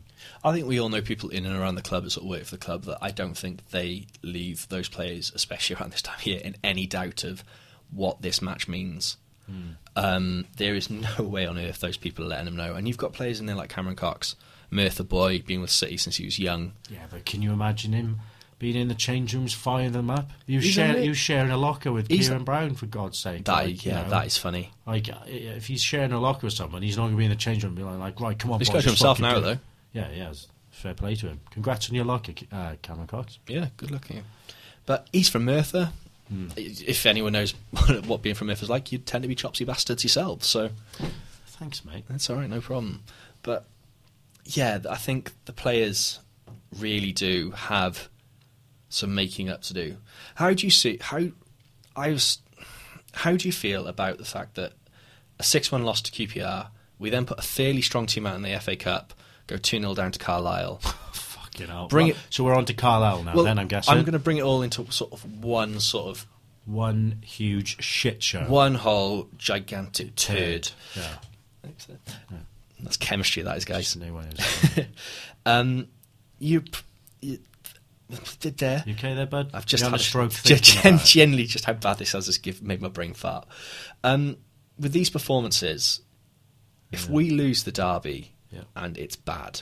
Speaker 3: I think we all know people in and around the club that sort of work for the club that I don't think they leave those players, especially around this time of year, in any doubt of what this match means. Um, there is no [laughs] way on earth those people are letting them know. And you've got players in there like Cameron Cox, Mirtha Boy, been with City since he was young.
Speaker 2: Yeah, but can you imagine him being in the change rooms firing them up? You
Speaker 3: He's
Speaker 2: share
Speaker 3: a-
Speaker 2: you sharing a locker with
Speaker 3: He's-
Speaker 2: Kieran Brown for God's sake.
Speaker 3: That
Speaker 2: like, you
Speaker 3: yeah,
Speaker 2: know.
Speaker 3: that is funny.
Speaker 2: Like, uh, if he's sharing a locker with someone, he's not going to be in the change room and be like, like right, come on,
Speaker 3: He's
Speaker 2: boys,
Speaker 3: got to
Speaker 2: just
Speaker 3: himself
Speaker 2: fucking
Speaker 3: now,
Speaker 2: do it.
Speaker 3: though.
Speaker 2: Yeah, yeah, it's fair play to him. Congrats on your locker, K- uh, Cameron Cox.
Speaker 3: Yeah, good luck at you. Hmm. But he's from Mirtha. If anyone knows [laughs] what being from Mirtha's like, you tend to be chopsy bastards yourselves. So
Speaker 2: Thanks, mate.
Speaker 3: That's all right, no problem. But yeah, th- I think the players really do have some making up to do. How do you see how I was how do you feel about the fact that a 6-1 loss to QPR, we then put a fairly strong team out in the FA Cup, go 2-0 down to Carlisle.
Speaker 2: [laughs] Fucking hell.
Speaker 3: Bring
Speaker 2: Well,
Speaker 3: it-
Speaker 2: So we're on to Carlisle now. then I'm guessing
Speaker 3: I'm going to bring it all into sort of one sort of
Speaker 2: one huge shit show.
Speaker 3: one whole gigantic turd.
Speaker 2: Yeah.
Speaker 3: That's chemistry that is, guys.
Speaker 2: Just knew what it was.
Speaker 3: [laughs] Um, you, p- you did there.
Speaker 2: You okay there, bud?
Speaker 3: I've just
Speaker 2: you
Speaker 3: had
Speaker 2: having a
Speaker 3: [laughs]
Speaker 2: stroke.
Speaker 3: gen-
Speaker 2: thinking about it?
Speaker 3: genuinely just how bad this has just give, made my brain fart. Um, with these performances, if we lose the derby
Speaker 2: Yeah.
Speaker 3: and it's bad,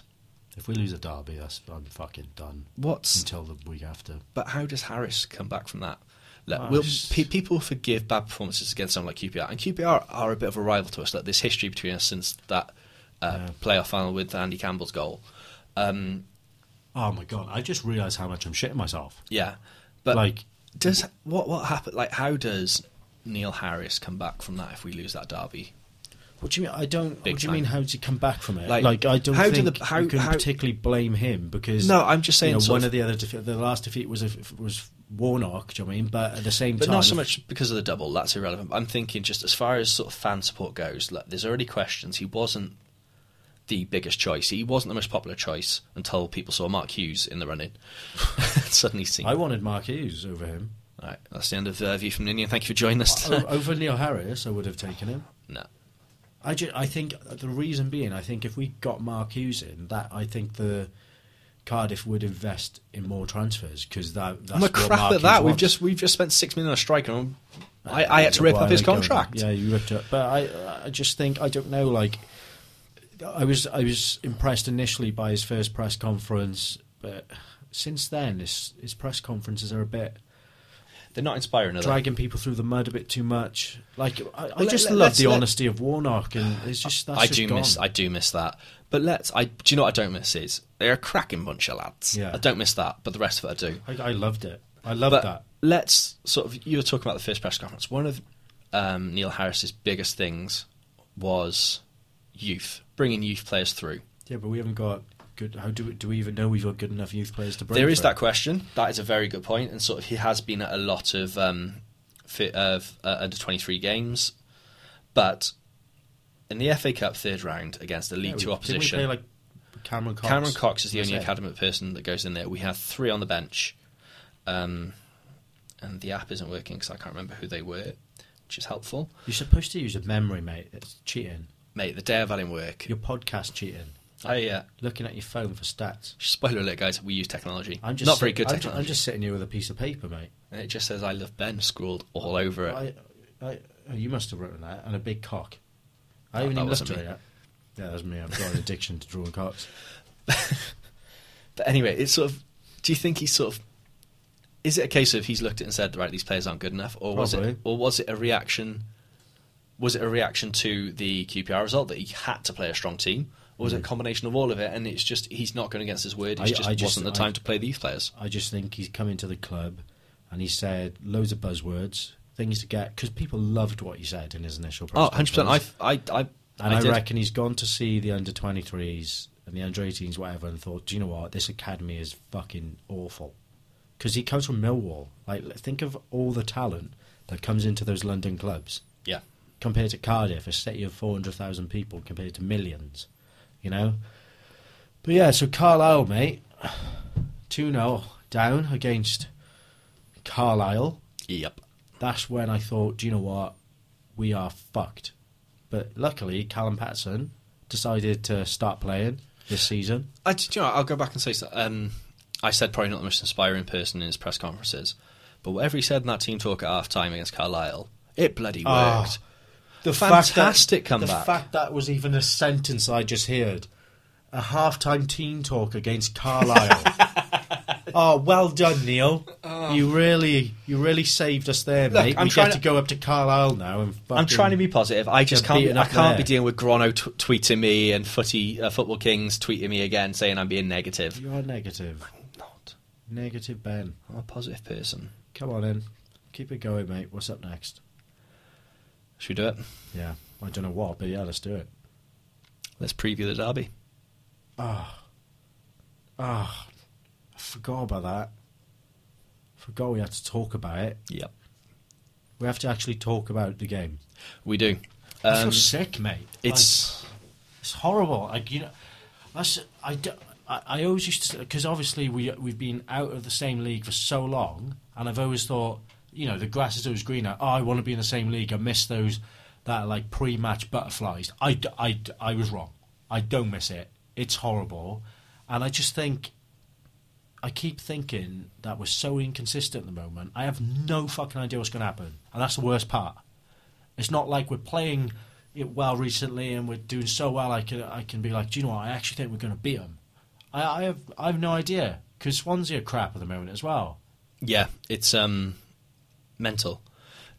Speaker 2: If we lose a derby, that's I'm fucking done
Speaker 3: what's
Speaker 2: until the week after.
Speaker 3: but how does Harris come back from that? Like,
Speaker 2: Oh,
Speaker 3: will
Speaker 2: it's-
Speaker 3: pe- people forgive bad performances against someone like QPR? And QPR are a bit of a rival to us. Like this history between us since that uh, playoff final with Andy Campbell's goal. Um,
Speaker 2: Oh my god! I just realised how much I'm shitting myself.
Speaker 3: yeah, but
Speaker 2: Like-
Speaker 3: does what what happened? Like, how does Neil Harris come back from that if we lose that derby?
Speaker 2: What do you mean? I don't.
Speaker 3: Big
Speaker 2: what do you
Speaker 3: fan.
Speaker 2: mean? How does he come back from it?
Speaker 3: Like,
Speaker 2: Like, I don't
Speaker 3: how do
Speaker 2: think
Speaker 3: the- how-
Speaker 2: you can
Speaker 3: how-
Speaker 2: particularly blame him because
Speaker 3: No, I'm just saying
Speaker 2: you know,
Speaker 3: sort
Speaker 2: one
Speaker 3: of-
Speaker 2: of the other defe- the last defeat was a, was Warnock, do you know what I mean? But at the same
Speaker 3: But
Speaker 2: time,
Speaker 3: not so much because of the double. That's irrelevant. I'm thinking just as far as sort of fan support goes. Like, there's already questions. He wasn't the biggest choice. He wasn't the most popular choice until people saw Mark Hughes in the running. [laughs] Suddenly seen.
Speaker 2: I wanted Mark Hughes over him.
Speaker 3: All right, that's the end of uh, View from Ninian. Thank you for joining us. [laughs]
Speaker 2: O- over Neil Harris, I would have taken him.
Speaker 3: no.
Speaker 2: I, ju- I think the reason being, I think if we got Mark Hughes in, that I think the Cardiff would invest in more transfers because that that's
Speaker 3: I'm a
Speaker 2: what
Speaker 3: crap
Speaker 2: Mark
Speaker 3: at that. We've
Speaker 2: Hughes wants.
Speaker 3: just we've just spent six million on a striker. and I, I had to rip
Speaker 2: Why
Speaker 3: up his
Speaker 2: they go-
Speaker 3: contract.
Speaker 2: Yeah, you ripped up. But I, I just think I don't know. Like, I was I was impressed initially by his first press conference, but since then his his press conferences are a bit
Speaker 3: They're not inspiring. Are they?
Speaker 2: dragging people through the mud a bit too much. Like, I, I
Speaker 3: let-
Speaker 2: just
Speaker 3: let-
Speaker 2: love
Speaker 3: let's
Speaker 2: the
Speaker 3: let-
Speaker 2: honesty of Warnock, and it's just that's
Speaker 3: I
Speaker 2: just
Speaker 3: do
Speaker 2: gone.
Speaker 3: miss I do miss that. But let's I do you know what I don't miss is they're a cracking bunch of lads.
Speaker 2: Yeah.
Speaker 3: I don't miss that, but the rest of it I do.
Speaker 2: I, I loved it. I loved
Speaker 3: But
Speaker 2: that.
Speaker 3: let's sort of you were talking about the first press conference. One of um, Neil Harris's biggest things was youth, bringing youth players through.
Speaker 2: Yeah, but we haven't got good. How do we, do we even know we've got good enough youth players to bring?
Speaker 3: There is
Speaker 2: for
Speaker 3: that
Speaker 2: it?
Speaker 3: question. That is a very good point, and sort of he has been at a lot of um, fit of uh, under twenty three games, but in the FA Cup third round against the League
Speaker 2: Yeah, we-
Speaker 3: Two
Speaker 2: didn't
Speaker 3: opposition,
Speaker 2: We play, like Cameron Cox.
Speaker 3: Cameron Cox is the
Speaker 2: That's
Speaker 3: only
Speaker 2: it.
Speaker 3: academic person that goes in there. We have three on the bench, um, and the app isn't working because I can't remember who they were, which is helpful.
Speaker 2: You're supposed to use a memory, mate. It's cheating.
Speaker 3: Mate, the day I've had him work.
Speaker 2: Your podcast cheating.
Speaker 3: Oh yeah.
Speaker 2: Looking at your phone for stats.
Speaker 3: Spoiler alert, guys. We use technology.
Speaker 2: I'm just
Speaker 3: not very
Speaker 2: sit-
Speaker 3: good
Speaker 2: I'm, ju-
Speaker 3: technology.
Speaker 2: I'm just sitting here with a piece of paper, mate.
Speaker 3: And it just says "I love Ben" scrawled all over it.
Speaker 2: I, I, oh, you must have written that and a big cock. I haven't
Speaker 3: that
Speaker 2: even looked
Speaker 3: wasn't
Speaker 2: at it
Speaker 3: me.
Speaker 2: yet. Yeah, that's me. I've got an addiction to drawing cocks.
Speaker 3: But anyway, it's sort of. Do you think he's sort of? Is it a case of he's looked at it and said, "Right, these players aren't good enough," or was it,
Speaker 2: Probably.
Speaker 3: or was it a reaction? Was it a reaction to the QPR result that he had to play a strong team, or was it a combination of all of it? And it's just he's not going against his word. It
Speaker 2: Mm. I-
Speaker 3: just
Speaker 2: I just-
Speaker 3: wasn't the
Speaker 2: I-
Speaker 3: time to play these players.
Speaker 2: I just think he's come into the club and he said loads of buzzwords, things to get because people loved what he said in his initial. press
Speaker 3: Oh, 100 percent. I,
Speaker 2: conference.
Speaker 3: I, I,
Speaker 2: And I,
Speaker 3: did.
Speaker 2: reckon he's gone to see the under 23s and the under 18s, whatever, and thought, do you know what? This academy is fucking awful. Because he comes from Millwall. Like, l- think of all the talent that comes into those London clubs
Speaker 3: Yeah,
Speaker 2: compared to Cardiff, a city of 400,000 people compared to millions, you know? But yeah, so Carlisle, mate, 2 0 down against Carlisle
Speaker 3: yep.
Speaker 2: that's when I thought, do you know what, we are fucked. But luckily, Callum Patson decided to start playing this season.
Speaker 3: I, do you know, what, I'll go back and say so. Um, I said probably not the most inspiring person in his press conferences, but whatever he said in that team talk at half time against Carlisle, it bloody
Speaker 2: Ah.
Speaker 3: worked.
Speaker 2: The
Speaker 3: Fantastic
Speaker 2: fact that,
Speaker 3: comeback.
Speaker 2: The fact that was even a sentence I just heard. A halftime team talk against [laughs] Carlisle. oh, well done, Neil. you really, you really saved us there,
Speaker 3: Look,
Speaker 2: mate.
Speaker 3: I'm
Speaker 2: we
Speaker 3: trying
Speaker 2: get to,
Speaker 3: to-
Speaker 2: go up to Carlisle now and. Fucking,
Speaker 3: I'm trying to be positive. I just
Speaker 2: They're
Speaker 3: can't. Be,
Speaker 2: beating
Speaker 3: I
Speaker 2: up
Speaker 3: can't be
Speaker 2: there.
Speaker 3: dealing with Grono t- tweeting me and footy uh, football kings tweeting me again, saying I'm being negative.
Speaker 2: You are negative,
Speaker 3: Not.
Speaker 2: negative Ben.
Speaker 3: I'm a positive person.
Speaker 2: Come on in, keep it going, mate. What's up next?
Speaker 3: Should we do it?
Speaker 2: Yeah, I don't know what, but yeah, let's do it.
Speaker 3: Let's preview the derby.
Speaker 2: Ah, I forgot about that. Forgot we had to talk about it.
Speaker 3: Yep,
Speaker 2: We have to actually talk about the game.
Speaker 3: we do.
Speaker 2: I feel
Speaker 3: Um,
Speaker 2: sick, mate.
Speaker 3: it's
Speaker 2: Like, it's horrible. Like you know, that's I. d- I, I always used to because obviously we we've been out of the same league for so long, and I've always thought you know the grass is always greener. Oh, I want to be in the same league. I miss those that like pre-match butterflies. I, d- I, d- I was wrong. I don't miss it. It's horrible, and I just think I keep thinking that we're so inconsistent at the moment. I have no fucking idea what's going to happen, and that's the worst part. It's not like we're playing it well recently and we're doing so well. I can I can be like, do you know what? I actually think we're going to beat them. I, I have I have no idea because Swansea are crap at the moment as well.
Speaker 3: yeah, it's um, mental.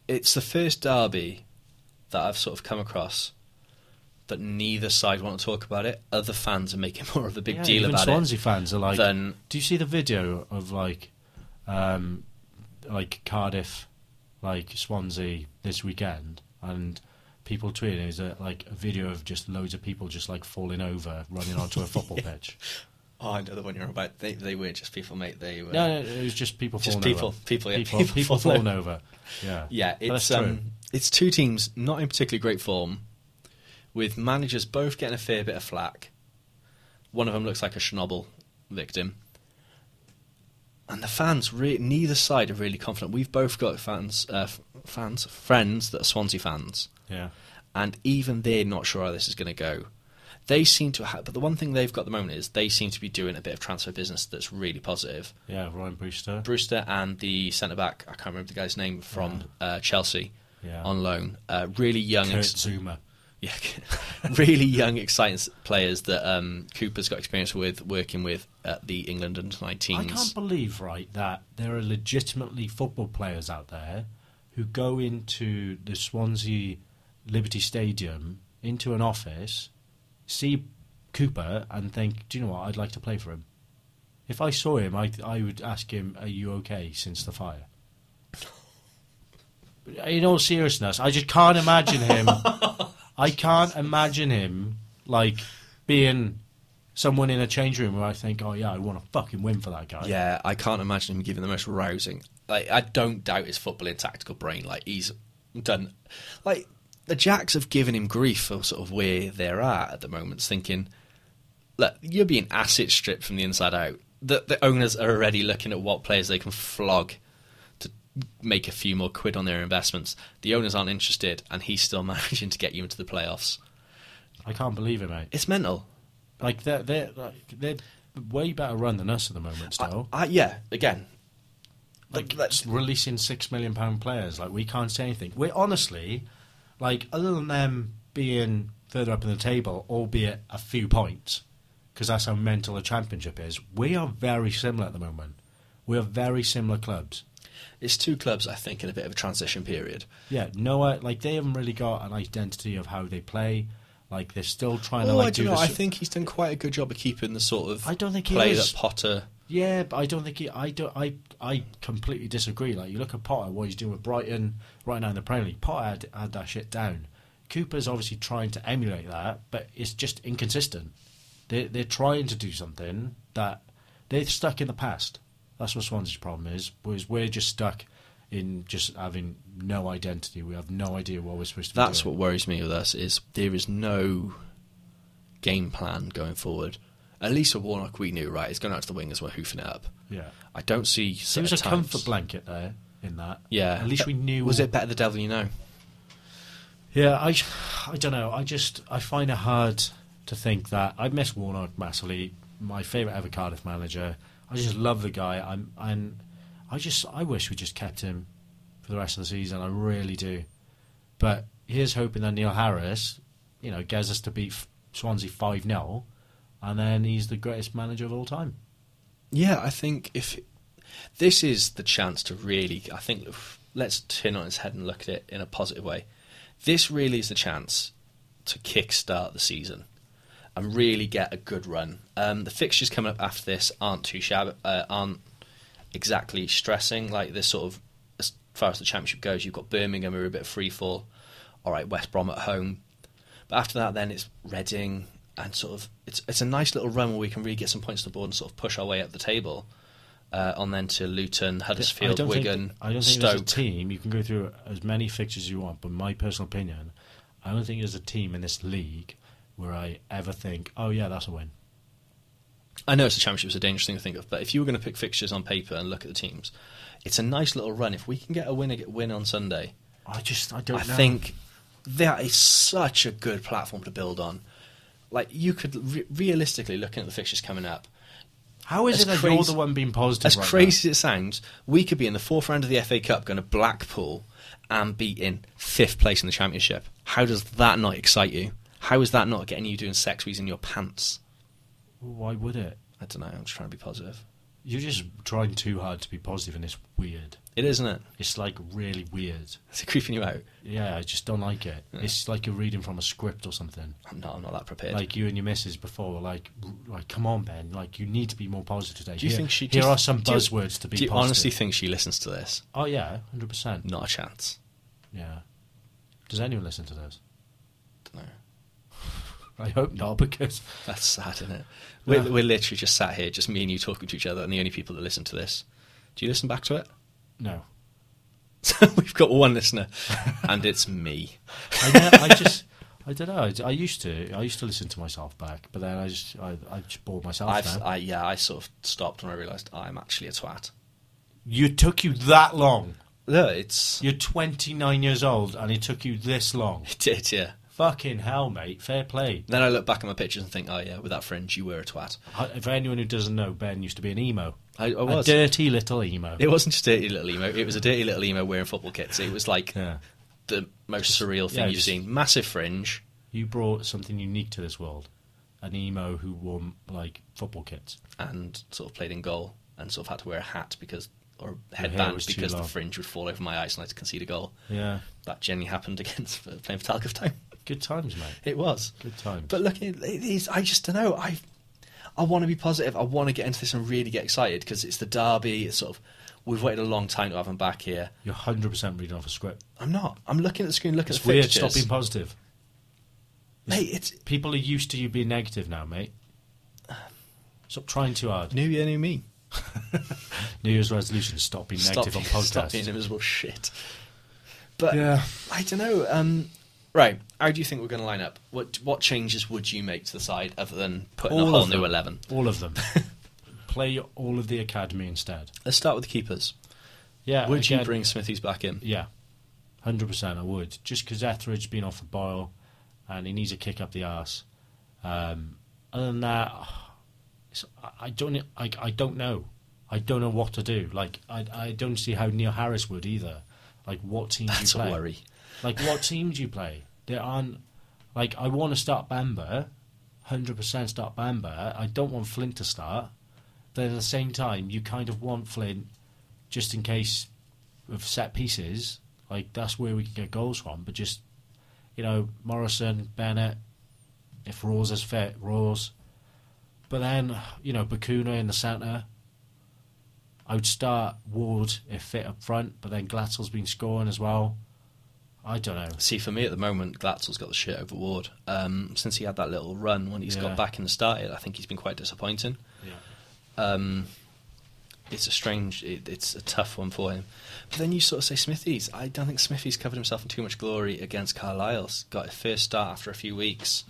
Speaker 3: It's the first derby that I've sort of come across that neither side want to talk about it. Other fans are making [laughs] more of a big
Speaker 2: Yeah,
Speaker 3: deal
Speaker 2: even
Speaker 3: about it.
Speaker 2: Swansea fans are like,
Speaker 3: than-
Speaker 2: do you see the video of like, um, like Cardiff, like Swansea this weekend and. People
Speaker 3: [laughs]
Speaker 2: tweeting is a, like a video of just loads of people just like falling over, running onto a football pitch.
Speaker 3: Oh, I know the one you're on about. They, they were just people, mate. They were.
Speaker 2: No, no, it was just people
Speaker 3: Just
Speaker 2: falling
Speaker 3: people-
Speaker 2: over.
Speaker 3: people, yeah, [laughs]
Speaker 2: people,
Speaker 3: people
Speaker 2: people
Speaker 3: falling
Speaker 2: falling over. Yeah,
Speaker 3: [laughs] Yeah,
Speaker 2: But
Speaker 3: it's
Speaker 2: Oh, that's true.
Speaker 3: um, it's two teams not in particularly great form, with managers both getting a fair bit of flack. One of them looks like a Chernobyl victim, and the fans. Re- neither side are really confident. We've both got fans, uh, f- fans, friends that are Swansea fans,
Speaker 2: yeah,
Speaker 3: and even they're not sure how this is going to go. They seem to have, but the one thing they've got at the moment is they seem to be doing a bit of transfer business that's really positive.
Speaker 2: yeah. Ryan Brewster.
Speaker 3: Brewster and the centre back, I can't remember the guy's name from uh, Chelsea
Speaker 2: Yeah.
Speaker 3: on loan. Uh, really young,
Speaker 2: Kurt
Speaker 3: ex-
Speaker 2: Zuma.
Speaker 3: [laughs] yeah, really young, exciting s- players that um, Cooper's got experience with working with at the England under
Speaker 2: I can't
Speaker 3: 19s.
Speaker 2: believe, right, that there are legitimately football players out there who go into the Swansea Liberty Stadium, into an office, see Cooper, and think, do you know what? I'd like to play for him. If I saw him, I I would ask him, "Are you okay since the fire?" But In all seriousness, I just can't imagine him. I can't imagine him like being someone in a change room where I think, "Oh yeah, I want to fucking win for that guy."
Speaker 3: Yeah, I can't imagine him giving the most rousing. Like, I don't doubt his football and tactical brain. Like he's done. Like the Jacks have given him grief for sort of where they're at at the moment, thinking, look, you're being asset stripped from the inside out. The, the owners are already looking at what players they can flog to make a few more quid on their investments. The owners aren't interested, and he's still [laughs] managing to get you into the playoffs.
Speaker 2: I can't believe it, mate.
Speaker 3: It's mental.
Speaker 2: Like they're they're like, they're way better run than us at the moment. Still,
Speaker 3: I, I, yeah, again.
Speaker 2: like
Speaker 3: Like, that's-
Speaker 2: just releasing six million pound players. Like we can't say anything. We're honestly, like other than them being further up in the table, albeit a few points, because that's how mental a championship is. We are very similar at the moment. We are very similar clubs.
Speaker 3: It's two clubs, I think, in a bit of a transition period.
Speaker 2: Yeah, Noah, like they haven't really got an identity of how they play. Like they're still trying to
Speaker 3: Oh,
Speaker 2: like
Speaker 3: I don't
Speaker 2: do
Speaker 3: know.
Speaker 2: this.
Speaker 3: I think he's done quite a good job of keeping the sort of
Speaker 2: I don't think he
Speaker 3: play
Speaker 2: is.
Speaker 3: that Potter.
Speaker 2: Yeah, but I don't think he. I don't. I I completely disagree. Like you look at Potter, what he's doing with Brighton right now in the Premier League. Potter had, had that shit down. Cooper's obviously trying to emulate that, but it's just inconsistent. They they're trying to do something that they're stuck in the past. That's what Swansea's problem is. Was we're just stuck in just having no identity. We have no idea what we're supposed to.
Speaker 3: That's
Speaker 2: be
Speaker 3: what
Speaker 2: doing.
Speaker 3: worries me with us is there is no game plan going forward. At least with Warnock, we knew right. He's going out to the wingers. We're hoofing it up.
Speaker 2: Yeah,
Speaker 3: I don't see.
Speaker 2: so it was a
Speaker 3: times.
Speaker 2: comfort blanket there in that.
Speaker 3: Yeah.
Speaker 2: at least we knew.
Speaker 3: Was it better the devil you know?
Speaker 2: Yeah, I, I don't know. I just I find it hard to think that I miss Warnock massively. My favourite ever Cardiff manager. I just love the guy. I'm and I just I wish we just kept him for the rest of the season. I really do. But here's hoping that Neil Harris, you know, gets us to beat F- Swansea five 0 and then he's the greatest manager of all time.
Speaker 3: Yeah, I think if this is the chance to really, I think let's turn on its head and look at it in a positive way. This really is the chance to kickstart the season and really get a good run. Um, the fixtures coming up after this aren't too shab- uh, aren't exactly stressing. Like this sort of, as far as the championship goes, you've got Birmingham who are a bit of free fall. All right, West Brom at home, but after that, then it's Reading and sort of it's it's a nice little run where we can really get some points to the board and sort of push our way up the table. Uh, on then to Luton, Huddersfield,
Speaker 2: I don't
Speaker 3: Wigan,
Speaker 2: think, I don't think there's a
Speaker 3: Stoke.
Speaker 2: team. You can go through as many fixtures as you want, but my personal opinion, I don't think there's a team in this league where I ever think, "Oh yeah, that's a win."
Speaker 3: I know it's a championship, it's a dangerous thing to think of, but if you were going to pick fixtures on paper and look at the teams, it's a nice little run. If we can get a win, get win on Sunday,
Speaker 2: I just I don't.
Speaker 3: I
Speaker 2: know.
Speaker 3: think that is such a good platform to build on. Like you could re- realistically looking at the fixtures coming up.
Speaker 2: how is
Speaker 3: as
Speaker 2: it that
Speaker 3: crazy-
Speaker 2: you're the one being positive?
Speaker 3: As
Speaker 2: right now?
Speaker 3: crazy as it sounds, we could be in the fourth round of the FA Cup going to Blackpool and be in fifth place in the championship. How does that not excite you? How is that not getting you doing sexies in your pants?
Speaker 2: Why would it?
Speaker 3: I don't know. I'm just trying to be positive.
Speaker 2: You're just trying too hard to be positive, and it's weird.
Speaker 3: It is, isn't it?
Speaker 2: It's like really weird.
Speaker 3: Is it creeping you out?
Speaker 2: Yeah, I just don't like it. It's like you're reading from a script or something.
Speaker 3: I'm not. I'm not that prepared.
Speaker 2: Like you and your missus before, were like, like come on, Ben, like you need to be more positive today.
Speaker 3: do you
Speaker 2: Here-
Speaker 3: think she?
Speaker 2: Here
Speaker 3: do you-
Speaker 2: are some
Speaker 3: do you-
Speaker 2: buzzwords to be.
Speaker 3: Do you
Speaker 2: positive.
Speaker 3: honestly think she listens to this?
Speaker 2: Oh yeah, hundred percent.
Speaker 3: Not a chance.
Speaker 2: Yeah. Does anyone listen to those?
Speaker 3: Don't know.
Speaker 2: I hope not, [laughs] because
Speaker 3: That's sad, isn't it? We're,
Speaker 2: Yeah.
Speaker 3: we're literally just sat here, just me and you talking to each other, and the only people that listen to this. Do you listen back to it? [laughs]
Speaker 2: no,
Speaker 3: We've got one listener, and it's
Speaker 2: [laughs]
Speaker 3: me.
Speaker 2: I, ne- I just I don't know. I, I used to I used to listen to myself back, but then I just I, I just bored myself.
Speaker 3: I've,
Speaker 2: now.
Speaker 3: I, yeah, I sort of stopped when I realised I'm actually a twat.
Speaker 2: you took you that long.
Speaker 3: No, it's
Speaker 2: You're 29 years old, and it took you this long.
Speaker 3: [laughs] it did, yeah.
Speaker 2: Fucking hell, mate. Fair play.
Speaker 3: Then I look back at my pictures and think, oh yeah, with that fringe, you were a twat.
Speaker 2: I, for anyone who doesn't know, Ben used to be an emo.
Speaker 3: I, I was.
Speaker 2: A dirty little emo.
Speaker 3: It wasn't just a dirty little emo. It was a dirty little emo wearing football kits. It was like
Speaker 2: Yeah.
Speaker 3: the most surreal thing
Speaker 2: yeah,
Speaker 3: you've
Speaker 2: just-
Speaker 3: seen. Massive fringe.
Speaker 2: You brought something unique to this world. An emo who wore, like, football kits.
Speaker 3: and sort of played in goal and sort of had to wear a hat because or a
Speaker 2: hair
Speaker 3: headband
Speaker 2: was too
Speaker 3: because the
Speaker 2: long.
Speaker 3: fringe would fall over my eyes and I'd concede a goal.
Speaker 2: Yeah.
Speaker 3: That generally happened [laughs] against for playing for Talcott Town.
Speaker 2: Good times, mate.
Speaker 3: It was
Speaker 2: Good times.
Speaker 3: But look, it, it is. I just don't know. I I want to be positive. I want to get into this and really get excited because it's the derby. It's sort of we've waited a long time to have him back here.
Speaker 2: You're 100% reading off a script.
Speaker 3: I'm not. I'm looking at the screen, looking
Speaker 2: It's
Speaker 3: at the
Speaker 2: weird.
Speaker 3: fixtures.
Speaker 2: Stop being positive.
Speaker 3: Mate, it's
Speaker 2: People are used to you being negative now, mate. Stop trying too hard.
Speaker 3: new year, new me.
Speaker 2: New Year's resolution stop being
Speaker 3: Stop
Speaker 2: negative
Speaker 3: being- [laughs]
Speaker 2: on podcasts.
Speaker 3: Stop being invisible shit. But
Speaker 2: Yeah.
Speaker 3: I don't know. Um, right, how do you think we're going to line up? What what changes would you make to the side other than putting
Speaker 2: All
Speaker 3: a whole
Speaker 2: of
Speaker 3: new
Speaker 2: them.
Speaker 3: eleven? [laughs]
Speaker 2: All of them. Play all of the academy instead.
Speaker 3: Let's start with the keepers.
Speaker 2: Yeah.
Speaker 3: Would you
Speaker 2: again-
Speaker 3: bring Smithies back in?
Speaker 2: Yeah, hundred percent. I would just because Etheridge's been off a boil, and he needs a kick up the arse. Um, other than that, it's- I- I don't. I, I don't know. I don't know what to do. Like I, I don't see how Neil Harris would either. Like what team
Speaker 3: That's
Speaker 2: do you
Speaker 3: a
Speaker 2: play?
Speaker 3: worry.
Speaker 2: Like what team do you play? There aren't. Like I want to start Bamber, hundred percent start Bamber. I don't want Flint to start. Then at the same time, you kind of want Flint just in case of set pieces. Like that's where we can get goals from. But just you know, Morrison, Bennett, if Rawls is fit, Rawls. But then you know, Bakuna in the centre. I would start Ward if fit up front, but then Glatzel's been scoring as well. I don't know.
Speaker 3: See, for me at the moment, Glatzel's got the shit over Ward. Um, since he had that little run when he's
Speaker 2: Yeah.
Speaker 3: got back and started, I think he's been quite disappointing. Um, it's a strange, it, it's a tough one for him. But then you sort of say Smithies. I don't think Smithies covered himself in too much glory against Carlisle. Got a first start after a few weeks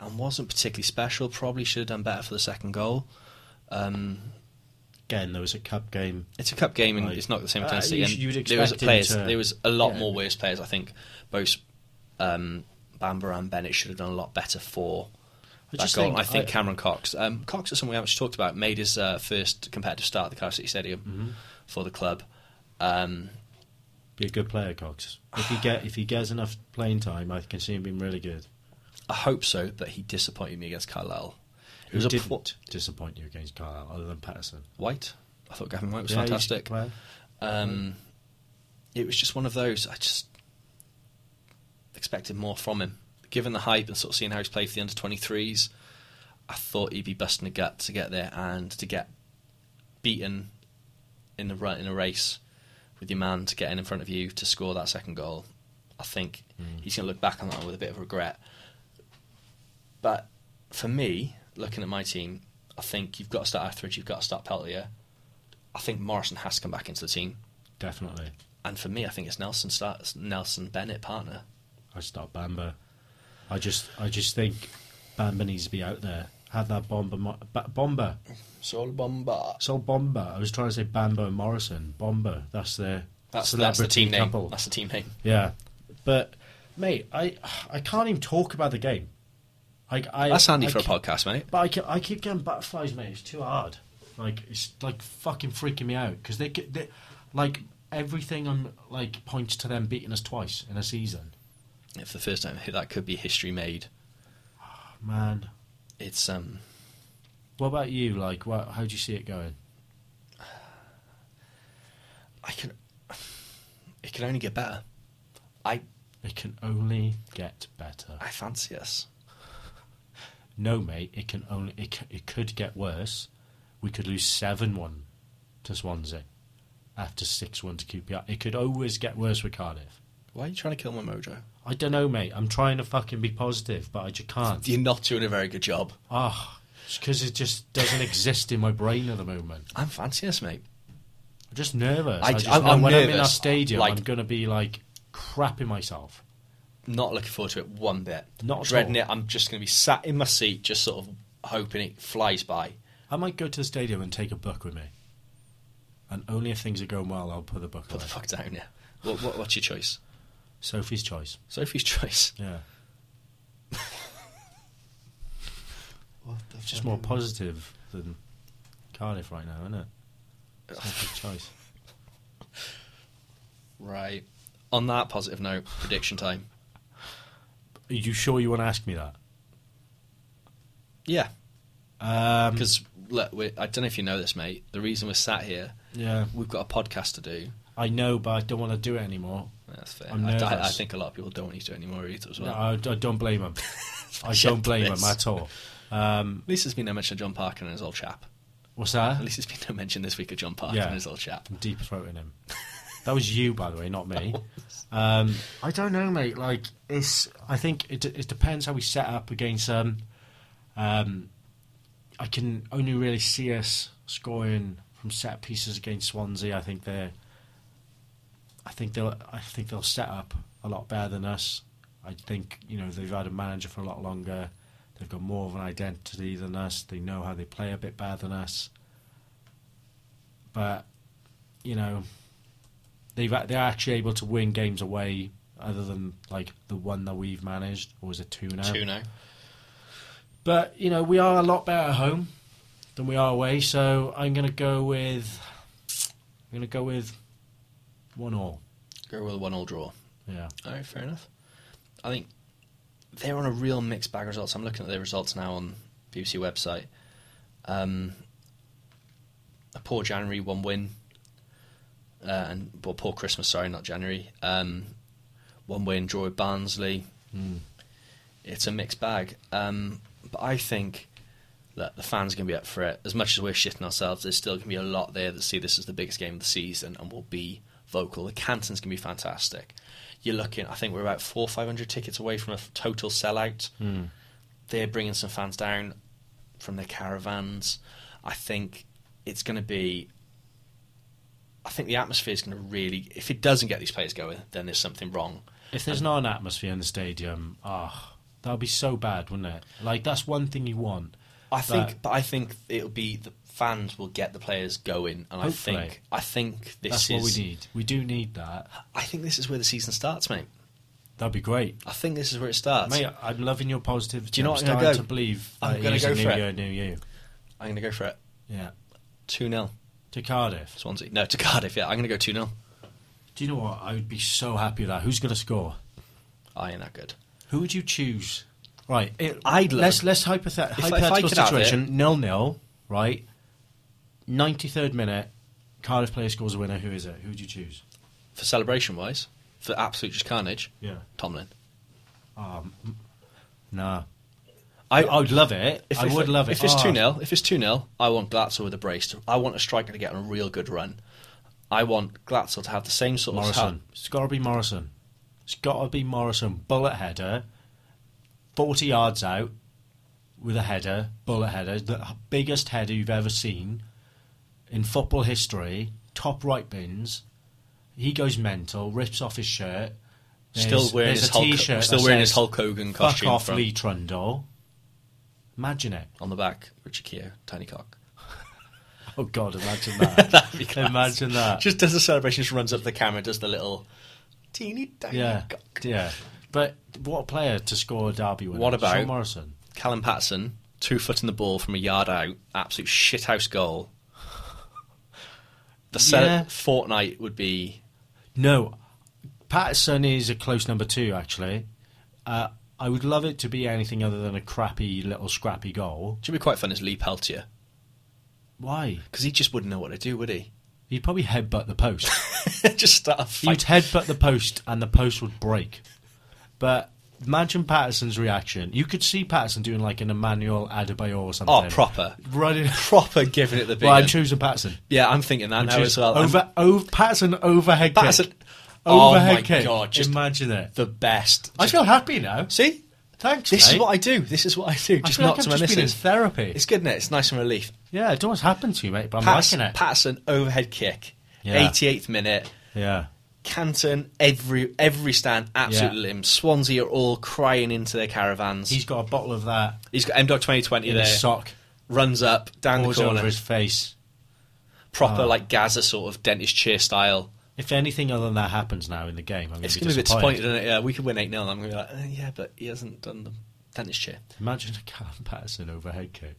Speaker 3: and wasn't particularly special. Probably should have done better for the second goal. Um,
Speaker 2: Again, there was a cup game.
Speaker 3: it's a cup game and
Speaker 2: Right.
Speaker 3: it's not the same
Speaker 2: Uh,
Speaker 3: intensity.
Speaker 2: you-
Speaker 3: and
Speaker 2: you'd
Speaker 3: there was
Speaker 2: expect him
Speaker 3: players,
Speaker 2: to-
Speaker 3: there was a lot
Speaker 2: yeah.
Speaker 3: more worse players. I think both um, Bamber and Bennett should have done a lot better for.
Speaker 2: I
Speaker 3: that
Speaker 2: just
Speaker 3: goal.
Speaker 2: think
Speaker 3: I think
Speaker 2: I-
Speaker 3: Cameron Cox. Um, Cox is someone we haven't talked about. Made his uh, first competitive start at the Cardiff City Stadium
Speaker 2: Mm-hmm.
Speaker 3: for the club. Um,
Speaker 2: Be a good player, Cox. If he get if he gets enough playing time, I can see him being really good.
Speaker 3: I hope so, but he disappointed me against Carlisle. It
Speaker 2: Who
Speaker 3: was a
Speaker 2: didn't
Speaker 3: poor-
Speaker 2: disappoint you against Carlisle, other than Patterson?
Speaker 3: White. I thought Gavin White was
Speaker 2: Yeah, he's a
Speaker 3: fantastic.
Speaker 2: good player.
Speaker 3: Um, it was just one of those. I just expected more from him. Given the hype and sort of seeing how he's played for the under 23s, I thought he'd be busting a gut to get there and to get beaten in the run in a race with your man to get in in front of you to score that second goal. I think he's going to look back on that with a bit of regret. But for me, looking at my team, I think you've got to start Etheridge, you've got to start Peltier. I think Morrison has to come back into the team.
Speaker 2: Definitely,
Speaker 3: And for me, I think it's Nelson starts Nelson Bennett partner.
Speaker 2: I start Bamba. I just I just think Bamba needs to be out there. Had that bomber, Mo- Ba- bomber,
Speaker 3: Sol Bomba.
Speaker 2: so bomber. I was trying to say Bamba and Morrison. Bomber. That's their
Speaker 3: That's,
Speaker 2: celebrity
Speaker 3: that's the team name.
Speaker 2: couple.
Speaker 3: That's the team name.
Speaker 2: Yeah, but mate, I I can't even talk about the game. Like I,
Speaker 3: That's handy
Speaker 2: I
Speaker 3: for a
Speaker 2: ca-
Speaker 3: podcast, mate.
Speaker 2: But I, ca- I keep getting butterflies, mate. It's too hard. Like it's like fucking freaking me out because they, ca- they like everything on like points to them beating us twice in a season.
Speaker 3: If the first time that could be history made,
Speaker 2: Man,
Speaker 3: it's um.
Speaker 2: what about you? Like, what, how do you see it going?
Speaker 3: I can. [sighs] It can only get better. I
Speaker 2: It can only get better.
Speaker 3: I fancy us.
Speaker 2: No, mate. It can only it, c- it could get worse. We could lose seven one to Swansea after six one to QPR. It could always get worse with Cardiff.
Speaker 3: Why are you trying to kill my mojo?
Speaker 2: I don't know, mate. I'm trying to fucking be positive, but I just can't.
Speaker 3: You're not doing a very good job.
Speaker 2: Ah, because it just doesn't exist in my brain at the moment.
Speaker 3: I'm fancying this, mate.
Speaker 2: I'm just nervous.
Speaker 3: I-
Speaker 2: I, just
Speaker 3: I'm-
Speaker 2: know
Speaker 3: I'm
Speaker 2: when I'm in that
Speaker 3: nervous,
Speaker 2: stadium,
Speaker 3: like-
Speaker 2: I'm gonna be like crapping myself.
Speaker 3: Not looking forward to it one bit.
Speaker 2: Not at
Speaker 3: dreading
Speaker 2: all.
Speaker 3: it. I'm just going to be sat in my seat, just sort of hoping it flies by.
Speaker 2: I might go to the stadium and take a book with me. And only if things are going well, I'll put the book
Speaker 3: Put
Speaker 2: away.
Speaker 3: the fuck down, yeah. What, what, what's your choice?
Speaker 2: Sophie's choice.
Speaker 3: Sophie's [laughs] choice.
Speaker 2: Yeah,
Speaker 3: What the
Speaker 2: just more positive than Cardiff right now, isn't it? Sophie's choice.
Speaker 3: Right. On that positive note, prediction time.
Speaker 2: Are you sure you want to ask me that?
Speaker 3: Yeah,
Speaker 2: Um,
Speaker 3: because look, we I don't know if you know this, mate. The reason we're sat here,
Speaker 2: yeah,
Speaker 3: we've got a podcast to do.
Speaker 2: I know, but I don't want to do it anymore.
Speaker 3: That's fair.
Speaker 2: I'm
Speaker 3: I, I-
Speaker 2: nervous.
Speaker 3: I think a lot of people don't want you to do it anymore either as well.
Speaker 2: No, I, I don't blame him. I
Speaker 3: Shit,
Speaker 2: don't blame
Speaker 3: this.
Speaker 2: him at all. Um,
Speaker 3: At least there's been no mention of John Parker and his old chap. [laughs]
Speaker 2: what's that?
Speaker 3: At least there's been no mention this week of John Parker
Speaker 2: Yeah.
Speaker 3: and his old chap.
Speaker 2: I'm deep throating him. That was you, by the way, not [laughs] me. Um, I don't know, mate. Like it's, I think it, it depends how we set up against um, um, I can only really see us scoring from set pieces against Swansea. I think they're, I think they'll, I think they'll set up a lot better than us. I think you know they've had a manager for a lot longer. They've got more of an identity than us. They know how they play a bit better than us. But you know, they've a- they're actually able to win games away, other than like the one that we've managed, or was it two now?
Speaker 3: Two now.
Speaker 2: But you know, we are a lot better at home than we are away. So I'm going to go with I'm going to go with one all.
Speaker 3: Go with a one all draw.
Speaker 2: Yeah,
Speaker 3: All right, fair enough. I think they're on a real mixed bag of results. I'm looking at their results now on BBC website. Um, a poor January, one win, uh, and well, poor Christmas. Sorry, not January. Um, one win, draw with Barnsley. It's a mixed bag, um, but I think that the fans are going to be up for it. As much as we're shitting ourselves, there's still going to be a lot there that see this as the biggest game of the season and will be vocal. The Canton's going to be fantastic. You're looking, I think we're about four, five hundred tickets away from a f- total sellout.
Speaker 2: Hmm.
Speaker 3: They're bringing some fans down from their caravans. I think it's going to be. I think the atmosphere is going to really. If it doesn't get these players going, then there's something wrong.
Speaker 2: if there's not an atmosphere in the stadium, ah, that would be so bad, wouldn't it? Like that's one thing you want.
Speaker 3: I think,
Speaker 2: But-
Speaker 3: but I think it'll be the fans will get the players going, and
Speaker 2: Hopefully.
Speaker 3: I think, I think this
Speaker 2: That's
Speaker 3: is,
Speaker 2: what we need. We do need that.
Speaker 3: I think this is where the season starts, mate.
Speaker 2: That'd be great,
Speaker 3: I think this is where it starts.
Speaker 2: mate. I'm loving your positivity.
Speaker 3: Do you know
Speaker 2: I'm
Speaker 3: what I'm gonna
Speaker 2: starting
Speaker 3: go?
Speaker 2: to believe
Speaker 3: I'm
Speaker 2: that
Speaker 3: gonna
Speaker 2: he's
Speaker 3: go
Speaker 2: a new
Speaker 3: for it.
Speaker 2: year, new you.
Speaker 3: I'm going to go for it.
Speaker 2: Yeah,
Speaker 3: Two 0
Speaker 2: to Cardiff.
Speaker 3: Swansea. No, to Cardiff. Yeah, I'm going to go two 0
Speaker 2: Do you know what? I would be so happy with that. Who's going to score?
Speaker 3: I ain't that good.
Speaker 2: Who would you choose? Right. It,
Speaker 3: I'd love-
Speaker 2: let's let's hypothet-
Speaker 3: I- if I
Speaker 2: hypothetical
Speaker 3: could have
Speaker 2: situation nil nil. Right. Ninety third minute, Cardiff player scores a winner. Who is it? Who would you choose?
Speaker 3: For celebration wise, for absolute just carnage.
Speaker 2: Yeah.
Speaker 3: Tomlin.
Speaker 2: Nah. I I would love it. I would love it.
Speaker 3: If it's
Speaker 2: Ah,
Speaker 3: two 0 if it's two 0 I want Glatzel with a brace. To, I want a striker to get on a real good run. I want Glatzel to have the same sort of
Speaker 2: Morrison. It's got to be Morrison. It's got to be Morrison. Bullet header, forty yards out, with a header, bullet header, the biggest header you've ever seen in football history. Top right bins. He goes mental, rips off his shirt. There's-
Speaker 3: Still wearing
Speaker 2: there's
Speaker 3: his
Speaker 2: a
Speaker 3: Hulk,
Speaker 2: t-shirt
Speaker 3: still
Speaker 2: that
Speaker 3: wearing his
Speaker 2: says,
Speaker 3: Hulk Hogan
Speaker 2: Fuck
Speaker 3: costume
Speaker 2: off,
Speaker 3: from-
Speaker 2: Lee Trundle. Imagine it.
Speaker 3: on the back. Richard Keogh, tiny cock.
Speaker 2: Oh God, imagine [laughs] that.
Speaker 3: That'd be class.
Speaker 2: [laughs] imagine that.
Speaker 3: Just does the celebration, just runs up to the camera, does the little teeny tiny
Speaker 2: yeah,
Speaker 3: cock.
Speaker 2: yeah. But what a player to score a derby winner?
Speaker 3: What about-
Speaker 2: Sean Morrison?
Speaker 3: Callum Patterson, two foot in the ball from a yard out, absolute shithouse goal. The set
Speaker 2: Yeah.
Speaker 3: fortnight would be
Speaker 2: No, Patterson is a close number two. Actually, uh, I would love it to be anything other than a crappy little scrappy goal.
Speaker 3: should be quite fun as Lee Peltier
Speaker 2: Why?
Speaker 3: because he just wouldn't know what to do, would he? [laughs]
Speaker 2: He'd probably headbutt the post.
Speaker 3: just start a
Speaker 2: He'd
Speaker 3: fight.
Speaker 2: headbutt the post, and the post would break. But imagine Patterson's reaction. You could see Patterson doing like an Emmanuel Adebayor or something.
Speaker 3: Oh, proper, [laughs]
Speaker 2: running.
Speaker 3: proper giving it the big.
Speaker 2: Well, I'm
Speaker 3: end.
Speaker 2: choosing Patterson.
Speaker 3: yeah, I'm thinking that now
Speaker 2: Choose
Speaker 3: as well. I'm-
Speaker 2: Over, over Patterson overhead
Speaker 3: Patterson-
Speaker 2: kick.
Speaker 3: Oh
Speaker 2: overhead
Speaker 3: my
Speaker 2: kick.
Speaker 3: God, just-
Speaker 2: Imagine it.
Speaker 3: The best.
Speaker 2: I feel happy now.
Speaker 3: See,
Speaker 2: Thanks,
Speaker 3: this is
Speaker 2: mate.
Speaker 3: what I do. This is what I do.
Speaker 2: I
Speaker 3: Just
Speaker 2: feel
Speaker 3: not
Speaker 2: like
Speaker 3: to
Speaker 2: I've
Speaker 3: my
Speaker 2: just been in
Speaker 3: missus.
Speaker 2: therapy.
Speaker 3: It's good, is It's nice and relief.
Speaker 2: yeah, I don't know what's happened to you, mate, but I'm
Speaker 3: Pat's-
Speaker 2: liking it.
Speaker 3: Patterson overhead kick,
Speaker 2: Yeah.
Speaker 3: 88th minute.
Speaker 2: Yeah.
Speaker 3: Canton, every every stand, absolute
Speaker 2: Yeah.
Speaker 3: limb. Swansea are all crying into their caravans.
Speaker 2: He's got a bottle of that
Speaker 3: he's got M Dog 2020
Speaker 2: in
Speaker 3: there.
Speaker 2: his sock,
Speaker 3: runs up down the
Speaker 2: pours
Speaker 3: corner,
Speaker 2: over his face.
Speaker 3: proper like Gaza sort of dentist chair style.
Speaker 2: If anything other than that happens now in the game, I'm going
Speaker 3: It's
Speaker 2: to
Speaker 3: going to be disappointed, isn't it? Yeah, we could win 8 0, and I'm going to be like, eh, yeah, but he hasn't done the dentist chair.
Speaker 2: Imagine a [laughs] Callum Patterson overhead kick.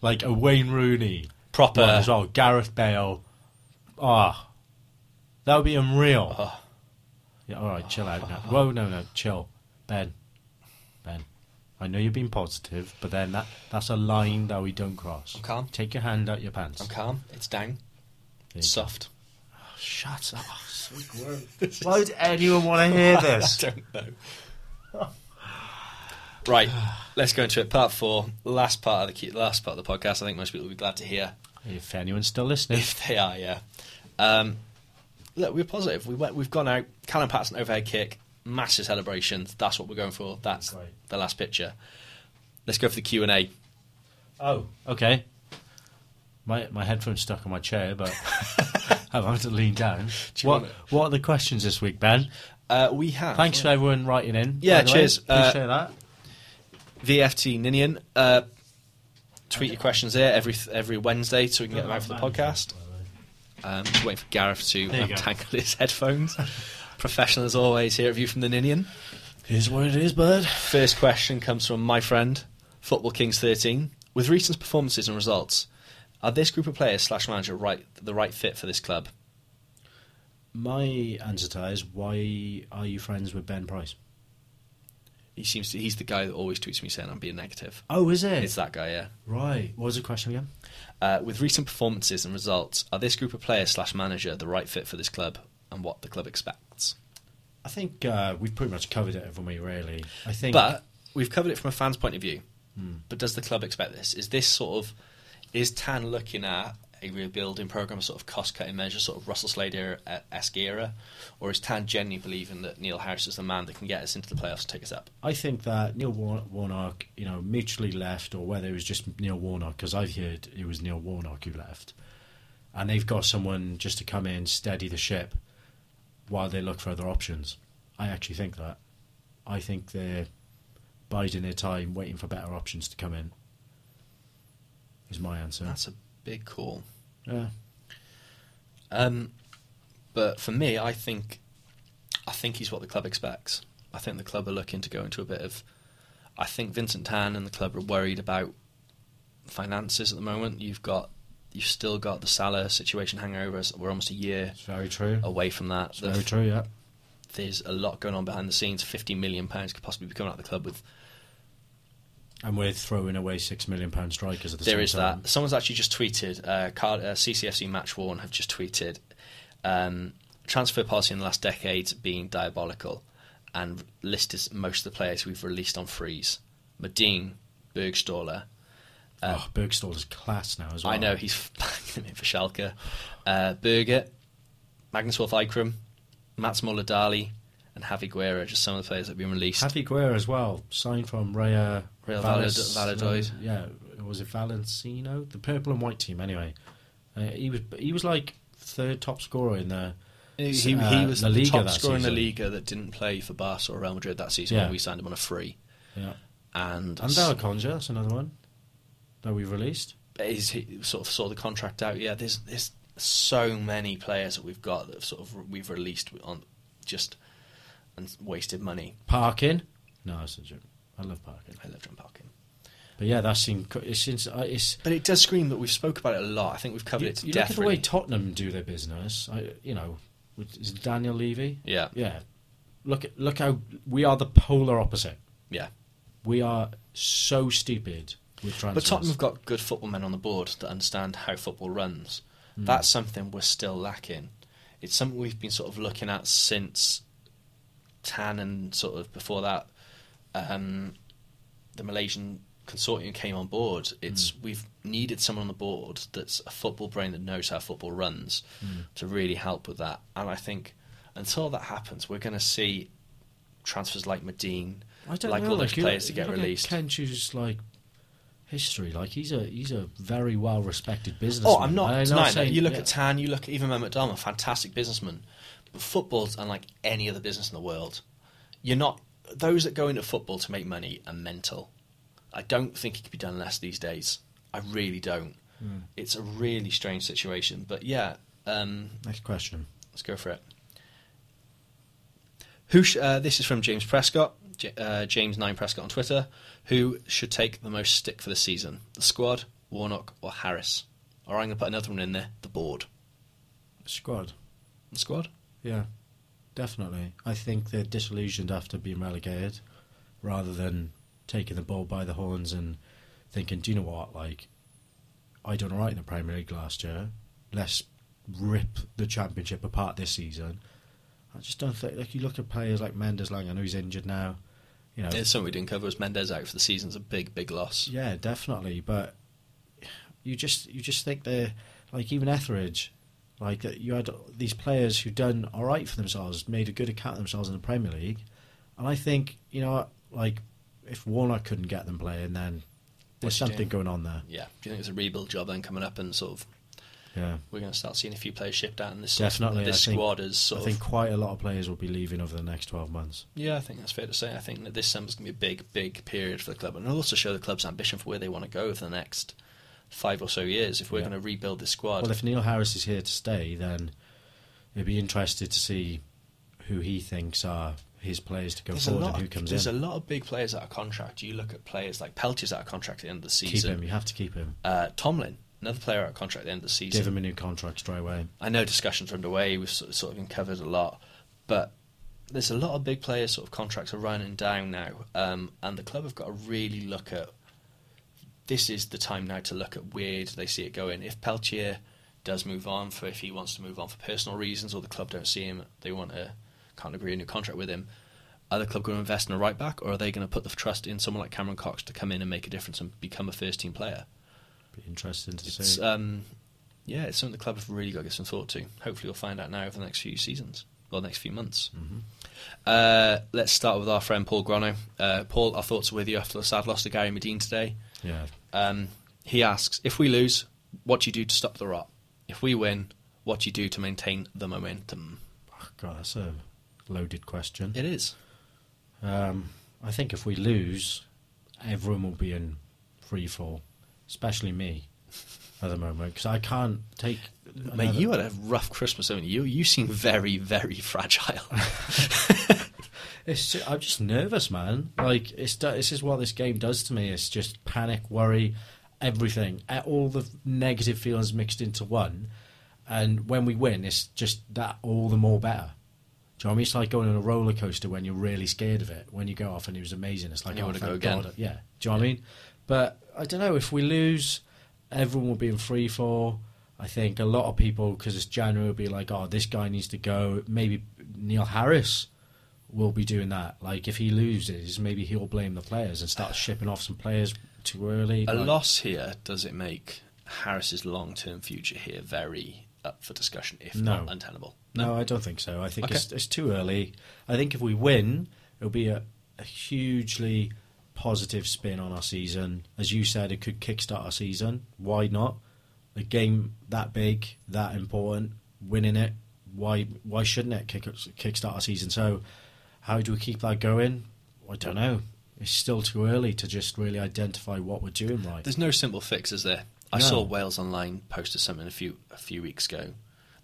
Speaker 2: Like a Wayne Rooney.
Speaker 3: Proper.
Speaker 2: one as well. Gareth Bale. Ah. that would be unreal.
Speaker 3: Oh.
Speaker 2: Yeah, all right, chill out now. Whoa, no, no, chill. Ben. Ben. I know you've been positive, but then that that's a line that we don't cross.
Speaker 3: I'm calm.
Speaker 2: Take your hand out your pants.
Speaker 3: I'm calm, it's down,
Speaker 2: There you
Speaker 3: it's soft. [laughs]
Speaker 2: go. Shut up. Why would anyone want to
Speaker 3: [laughs]
Speaker 2: hear this?
Speaker 3: I don't know. [laughs] right, let's go into it. Part four, last part of the key- last part of the podcast. I think most people will be glad to hear
Speaker 2: if anyone's still listening.
Speaker 3: if they are. Yeah. Um, look, we're positive. We went, we've gone out. Callum Patterson overhead kick, massive celebration. That's what we're going for. That's
Speaker 2: Right.
Speaker 3: the last picture. Let's go for the Q and A.
Speaker 2: Oh, okay. My my headphone's stuck on my chair, but [laughs] I'm having to lean down.
Speaker 3: Do you
Speaker 2: What
Speaker 3: want
Speaker 2: what are the questions this week, Ben?
Speaker 3: Uh, we have
Speaker 2: Thanks for everyone writing in. by
Speaker 3: Yeah,
Speaker 2: the way.
Speaker 3: cheers. Uh,
Speaker 2: Appreciate that.
Speaker 3: VFT Ninian. Uh, tweet your questions there every every Wednesday so we can get them out for the podcast. Um, just waiting for Gareth to
Speaker 2: There you go.
Speaker 3: untangle [laughs] his headphones. Professional as always. Here, review from the Ninian.
Speaker 2: Here's what it is, bud.
Speaker 3: First question comes from my friend, Football Kings thirteen. With recent performances and results, are this group of players slash manager right the right fit for this club?
Speaker 2: My answer to that is why are you friends with Ben Price?
Speaker 3: He seems to, he's the guy that always tweets me saying I'm being negative.
Speaker 2: Oh, is it?
Speaker 3: It's that guy, yeah.
Speaker 2: Right. What was the question again?
Speaker 3: Uh, with recent performances and results, are this group of players slash manager the right fit for this club and what the club expects?
Speaker 2: I think uh, we've pretty much covered it, haven't we? Really. I think.
Speaker 3: But we've covered it from a fan's point of view. But does the club expect this? Is this sort of is Tan looking at a rebuilding program, a sort of cost cutting measure, sort of Russell Slade era, esque era, or is Tan genuinely believing that Neil Harris is the man that can get us into the playoffs and take us up?
Speaker 2: I think that Neil War- Warnock, you know, mutually left, or whether it was just Neil Warnock, because I've heard it was Neil Warnock who left, and they've got someone just to come in, steady the ship, while they look for other options. I actually think that. I think they're biding their time, waiting for better options to come in. Is my answer.
Speaker 3: That's a big call.
Speaker 2: yeah.
Speaker 3: Um, but for me, I think I think he's what the club expects. I think the club are looking to go into a bit of. I think Vincent Tan and the club are worried about finances at the moment. You've got you've still got the Salah situation hangover. So We're almost a year
Speaker 2: It's very true.
Speaker 3: away from that.
Speaker 2: It's
Speaker 3: The-
Speaker 2: very true. Yeah.
Speaker 3: There's a lot going on behind the scenes. Fifty million pounds could possibly be coming out of the club with
Speaker 2: And we're throwing away six million pound strikers at the
Speaker 3: There
Speaker 2: same
Speaker 3: is
Speaker 2: time.
Speaker 3: that. Someone's actually just tweeted. Uh, Card- uh, CCFC Match Worn have just tweeted um, transfer policy in the last decade being diabolical, and listed most of the players we've released on freeze. Medine, Bergstaller.
Speaker 2: oh, Bergstall is class now as well.
Speaker 3: uh, I know he's [laughs] banging it for Schalke. Uh, Berger, Magnus Wolf Ikram, Mats Muller Dali, and Javi Guerra. Just some of the players that have been released.
Speaker 2: Javi Guerra as well, signed from Raya
Speaker 3: Real
Speaker 2: Valles-
Speaker 3: Valid- Valladolid.
Speaker 2: Yeah, was it Valencino? The purple and white team. Anyway, uh, he was he was like third top scorer in the.
Speaker 3: He, he
Speaker 2: uh,
Speaker 3: was
Speaker 2: La
Speaker 3: the
Speaker 2: Liga
Speaker 3: top
Speaker 2: that
Speaker 3: scorer in the
Speaker 2: season.
Speaker 3: Liga that didn't play for Barca or Real Madrid that season
Speaker 2: Yeah.
Speaker 3: when we signed him on a free.
Speaker 2: Yeah,
Speaker 3: And
Speaker 2: and Conja, that's another one that we've released.
Speaker 3: is he sort of saw the contract out. Yeah, there's there's so many players that we've got that have sort of we've released on just and wasted money.
Speaker 2: Parkin. No, that's a joke. I love Parkin.
Speaker 3: I love John Parkin,
Speaker 2: But yeah, that's inc- it's, it's, uh, it's
Speaker 3: but it does scream that we've spoke about it a lot. I think we've covered
Speaker 2: you,
Speaker 3: it to
Speaker 2: you look
Speaker 3: death.
Speaker 2: at the way
Speaker 3: really.
Speaker 2: Tottenham do their business. I, you know, with- is it Daniel Levy?
Speaker 3: yeah,
Speaker 2: Yeah. Look at look how we are the polar opposite.
Speaker 3: yeah.
Speaker 2: We are so stupid with transfers.
Speaker 3: But Tottenham have got good football men on the board that understand how football runs.
Speaker 2: Hmm.
Speaker 3: That's something we're still lacking. It's something we've been sort of looking at since Tan and sort of before that, um, the Malaysian consortium came on board. It's
Speaker 2: Hmm.
Speaker 3: we've needed someone on the board
Speaker 2: Hmm.
Speaker 3: that's a football brain that knows how football runs to really help with that. And I think Until that happens, we're going to see transfers like Medine,
Speaker 2: I don't
Speaker 3: like
Speaker 2: know,
Speaker 3: all those
Speaker 2: like, you-
Speaker 3: players to
Speaker 2: you
Speaker 3: get
Speaker 2: look at
Speaker 3: released.
Speaker 2: Kenchu's like history, like he's a he's a very well respected businessman.
Speaker 3: Oh, I'm not
Speaker 2: I'm
Speaker 3: denying that.
Speaker 2: saying-
Speaker 3: You look
Speaker 2: yeah.
Speaker 3: at Tan, you look at even Mehmet Dahmer, fantastic businessman. But football's unlike any other business in the world. You're not those that go into football to make money are mental. I don't think it could be done less these days. I really don't. It's a really strange situation. But yeah, um,
Speaker 2: next question.
Speaker 3: Let's go for it. Who? Sh- uh, this is from James Prescott, J- uh, James Nine Prescott on Twitter. Who should take the most stick for the season? The squad, Warnock, or Harris? Or I'm going to put another one in there: the board.
Speaker 2: Squad.
Speaker 3: The squad.
Speaker 2: Yeah, definitely. I think they're disillusioned after being relegated, rather than taking the ball by the horns and thinking, "Do you know what? Like, I done all right in the Premier League last year. Let's rip the Championship apart this season." I just don't think. Like, you look at players like Mendes Lang. I know he's injured now. You know,
Speaker 3: There's something we didn't cover was Mendes out for the season. It's a big, big loss.
Speaker 2: Yeah, definitely. But you just you just think they're like even Etheridge, like that you had these players who done all right for themselves, made a good account of themselves in the Premier League, and I think you know like if Warnock couldn't get them playing, then there's
Speaker 3: What's he
Speaker 2: something
Speaker 3: doing?
Speaker 2: going on there.
Speaker 3: Yeah. Do you think it's a rebuild job then coming up and sort of
Speaker 2: Yeah,
Speaker 3: we're going to start seeing a few players shipped out and this
Speaker 2: definitely.
Speaker 3: this
Speaker 2: I think,
Speaker 3: squad is sort
Speaker 2: I
Speaker 3: of
Speaker 2: think quite a lot of players will be leaving over the next twelve months.
Speaker 3: Yeah, I think that's fair to say. I think that this summer's going to be a big, big period for the club, and it'll also show the club's ambition for where they want to go for the next five or so years. If we're
Speaker 2: Yeah.
Speaker 3: going to rebuild this squad,
Speaker 2: Well, if Neil Harris is here to stay, then it'd be interested to see who he thinks are his players to go
Speaker 3: there's a
Speaker 2: forward
Speaker 3: lot.
Speaker 2: and who
Speaker 3: of,
Speaker 2: comes
Speaker 3: there's
Speaker 2: in.
Speaker 3: a lot of big players out of contract. You look at players like Peltier's out of contract at the end of the
Speaker 2: keep him.
Speaker 3: season.
Speaker 2: You have to keep him.
Speaker 3: Uh, Tomlin, another player out of contract at the end of the season.
Speaker 2: Give him a new contract straight away.
Speaker 3: I know discussions are underway. We've sort of, sort of been covered a lot, but there's a lot of big players. Sort of contracts are running down now, um, and the club have got to really look at. This is the time now to look at where do they see it going. If Peltier does move on, for if he wants to move on for personal reasons, or the club don't see him, they want to can't agree a new contract with him. Are the club going to invest in a right back, or are they going to put the trust in someone like Cameron Cox to come in and make a difference and become a first team player?
Speaker 2: Be interesting to
Speaker 3: It's,
Speaker 2: see.
Speaker 3: um, yeah, it's something the club have really got to give some thought to. Hopefully, we'll find out now over the next few seasons or the next few months. Uh, let's start with our friend Paul Grono. Uh, Paul, our thoughts are with you after the sad loss to Gary Medine today.
Speaker 2: yeah,
Speaker 3: Um, he asks if we lose, what do you do to stop the rot? If we win, what do you do to maintain the momentum?
Speaker 2: Oh, God, that's a loaded question.
Speaker 3: It is.
Speaker 2: Um, I think if we lose, everyone will be in free fall, especially me at the moment because I can't take.
Speaker 3: Mate,
Speaker 2: another-
Speaker 3: you had a rough Christmas, haven't you? You seem very, very [laughs] fragile.
Speaker 2: It's ju- I'm just nervous, man. Like it's do- this is what this game does to me. It's just panic, worry, everything, eh, all the negative feelings mixed into one. And when we win, it's just that all the more better. Do you know what I mean? It's like going on a roller coaster when you're really scared of it. When you go off and it was amazing, it's like
Speaker 3: You
Speaker 2: oh,
Speaker 3: wanna go
Speaker 2: thank
Speaker 3: again.
Speaker 2: God. Yeah. Do you know what I mean? But I don't know if we lose, everyone will be in free fall. I think a lot of people because it's January will be like, oh, this guy needs to go. Maybe Neil Harris will be doing that. Like if he loses, maybe he'll blame the players and start shipping off some players too early.
Speaker 3: A
Speaker 2: Like,
Speaker 3: loss here does it make Harris's long-term future here very up for discussion, if
Speaker 2: No.
Speaker 3: not untenable?
Speaker 2: No, I don't think so. I think
Speaker 3: Okay.
Speaker 2: it's, it's too early. I think if we win, it'll be a, a hugely positive spin on our season. As you said, it could kickstart our season. Why not? A game that big, that important, winning it. Why? Why shouldn't it kick kickstart our season? So, how do we keep that going? I don't know. It's still too early to just really identify what we're doing right.
Speaker 3: There's no simple fix, is there? I
Speaker 2: No.
Speaker 3: saw Wales Online posted something a few a few weeks ago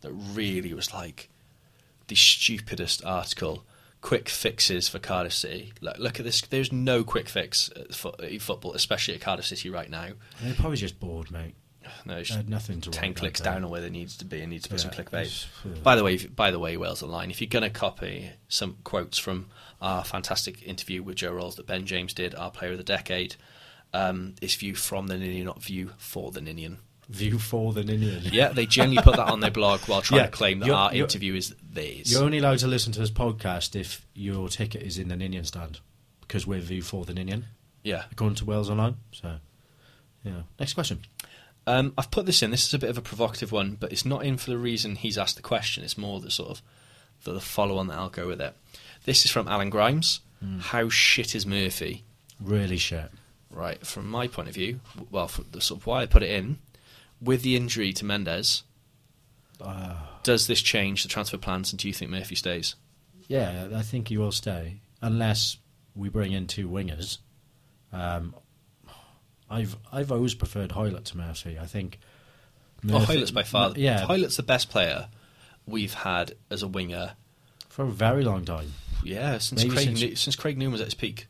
Speaker 3: that really was like the stupidest article. Quick fixes for Cardiff City. Look, look at this. There's no quick fix at fo- in football, especially at Cardiff City right now.
Speaker 2: They're probably just bored, mate.
Speaker 3: No, it's
Speaker 2: They had nothing to.
Speaker 3: ten
Speaker 2: write
Speaker 3: clicks
Speaker 2: about.
Speaker 3: down on where they needs to be and need to put some
Speaker 2: Yeah,
Speaker 3: clickbait.
Speaker 2: it's- uh,
Speaker 3: By the way, if- by the way, Wales Online, if you're going to copy some quotes from our fantastic interview with Joe Rolls that Ben James did, our Player of the Decade, um, it's view from the Ninian, not view for the Ninian.
Speaker 2: View for the Ninian.
Speaker 3: Yeah, they generally put that on their blog while trying
Speaker 2: [laughs] Yeah,
Speaker 3: to claim that
Speaker 2: you're-
Speaker 3: our
Speaker 2: you're-
Speaker 3: interview is theirs.
Speaker 2: You're only allowed to listen to this podcast if your ticket is in the Ninian stand because we're view for the Ninian,
Speaker 3: Yeah.
Speaker 2: according to Wales Online. So, yeah. Next question.
Speaker 3: Um, I've put this in. This is a bit of a provocative one, but it's not in for the reason he's asked the question. It's more that sort of for the follow on that I'll go with it. This is from Alan Grimes.
Speaker 2: Hmm.
Speaker 3: How shit is Murphy?
Speaker 2: Really shit.
Speaker 3: Right, from my point of view, w- well, from the sort of why I put it in, with the injury to Mendes,
Speaker 2: Ah.
Speaker 3: does this change the transfer plans and do you think Murphy stays?
Speaker 2: Yeah, I think he will stay unless we bring in two wingers. Um, I've I've always preferred Hoylett to Murphy. I think.
Speaker 3: Oh,
Speaker 2: Murphy-
Speaker 3: Hoylett's by far.
Speaker 2: Yeah,
Speaker 3: Hoylett's the best player we've had as a winger.
Speaker 2: for a very long time.
Speaker 3: Yeah, since
Speaker 2: Maybe
Speaker 3: Craig
Speaker 2: since-
Speaker 3: Nu- since Craig Noon was at his peak.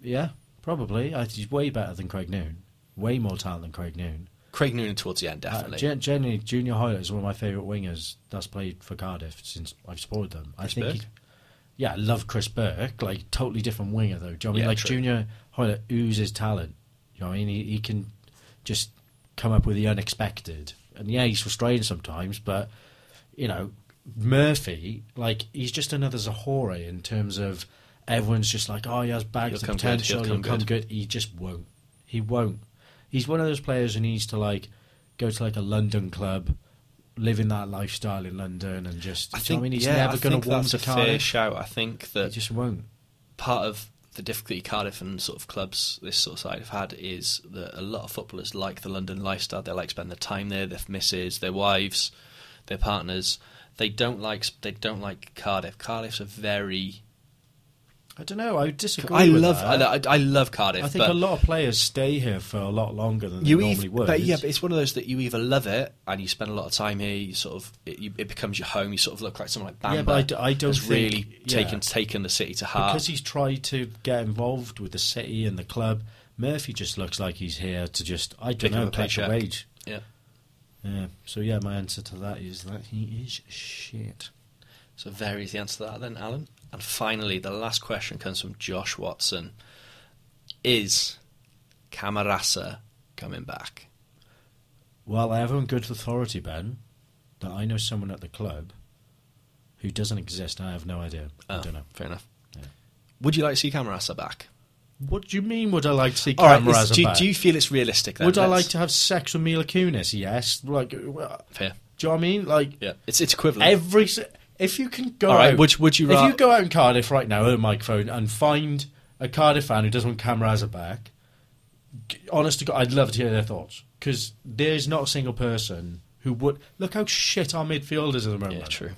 Speaker 2: Yeah, probably. I, he's way better than Craig Noon. Way more talent than Craig Noon.
Speaker 3: Craig Noonan towards the end,
Speaker 2: Uh,
Speaker 3: definitely.
Speaker 2: gen- generally, Junior Hoylett is one of my favourite wingers that's played for Cardiff since I've supported them. I
Speaker 3: Chris
Speaker 2: think.
Speaker 3: Burke?
Speaker 2: he- yeah, I love Chris Burke. Like totally different winger though. Do you know what I mean?
Speaker 3: Yeah,
Speaker 2: like
Speaker 3: true.
Speaker 2: Junior Hoylett oozes talent. You know what I mean? He, he can just come up with the unexpected. And yeah, he's frustrating sometimes, but you know, Murphy, like he's just another Zahora in terms of everyone's just like, oh, he has bags
Speaker 3: He'll
Speaker 2: of
Speaker 3: come good,
Speaker 2: potential.
Speaker 3: he'll
Speaker 2: He'll
Speaker 3: come
Speaker 2: come
Speaker 3: good.
Speaker 2: good. He just won't. He won't. He's one of those players who needs to like go to like a London club, live in that lifestyle in London, and just. do you know what I mean, he's
Speaker 3: yeah, I
Speaker 2: never going
Speaker 3: think
Speaker 2: to warm
Speaker 3: that's
Speaker 2: to
Speaker 3: a fair
Speaker 2: Cardiff.
Speaker 3: shout. I think
Speaker 2: He
Speaker 3: that
Speaker 2: just won't.
Speaker 3: part of the difficulty Cardiff and sort of clubs this sort of side have had is that a lot of footballers like the London lifestyle. They like spend their time there, their misses, their wives, their partners. They don't like they don't like Cardiff. Cardiff's a very
Speaker 2: I don't know. I would disagree.
Speaker 3: I
Speaker 2: with
Speaker 3: love
Speaker 2: that.
Speaker 3: I, I, I love Cardiff.
Speaker 2: I think
Speaker 3: but
Speaker 2: a lot of players stay here for a lot longer than they
Speaker 3: you
Speaker 2: normally
Speaker 3: eith-
Speaker 2: would.
Speaker 3: But yeah, but it's one of those that you either love it and you spend a lot of time here. You sort of it, you, it becomes your home. You sort of look like someone like Bamba.
Speaker 2: Yeah, but I d- I don't
Speaker 3: has
Speaker 2: think-
Speaker 3: really
Speaker 2: yeah.
Speaker 3: taken taken the city to heart.
Speaker 2: because he's tried to get involved with the city and the club. Murphy just looks like he's here to just I
Speaker 3: Pick
Speaker 2: don't
Speaker 3: up
Speaker 2: know
Speaker 3: a
Speaker 2: catch a
Speaker 3: paycheck.
Speaker 2: wage.
Speaker 3: yeah.
Speaker 2: Yeah. So yeah, my answer to that is that he is shit.
Speaker 3: So there is the answer to that then, Alan. And finally, the last question comes from Josh Watson. Is Camarasa coming back?
Speaker 2: Well, I have on good authority, Ben, that I know someone at the club who doesn't exist. I have no idea. I
Speaker 3: Oh,
Speaker 2: don't know.
Speaker 3: Fair enough.
Speaker 2: Yeah.
Speaker 3: Would you like to see Camarasa back?
Speaker 2: What do you mean? Would I like to see
Speaker 3: All right. is-
Speaker 2: cameras
Speaker 3: do, you- do you feel it's realistic? Then?
Speaker 2: Would I
Speaker 3: Let's-
Speaker 2: like to have sex with Mila Kunis? Yes. Like, uh, well,
Speaker 3: Fair.
Speaker 2: do you know what I mean? Like,
Speaker 3: Yeah. It's it's equivalent.
Speaker 2: every si- if you can go
Speaker 3: All right,
Speaker 2: out,
Speaker 3: would- would you
Speaker 2: if
Speaker 3: ra-
Speaker 2: you go out in Cardiff right now with a microphone and find a Cardiff fan who doesn't want cameras at back g- honest to God I'd love to hear their thoughts because there's not a single person who would look how shit our midfielders are at the moment
Speaker 3: Yeah, true.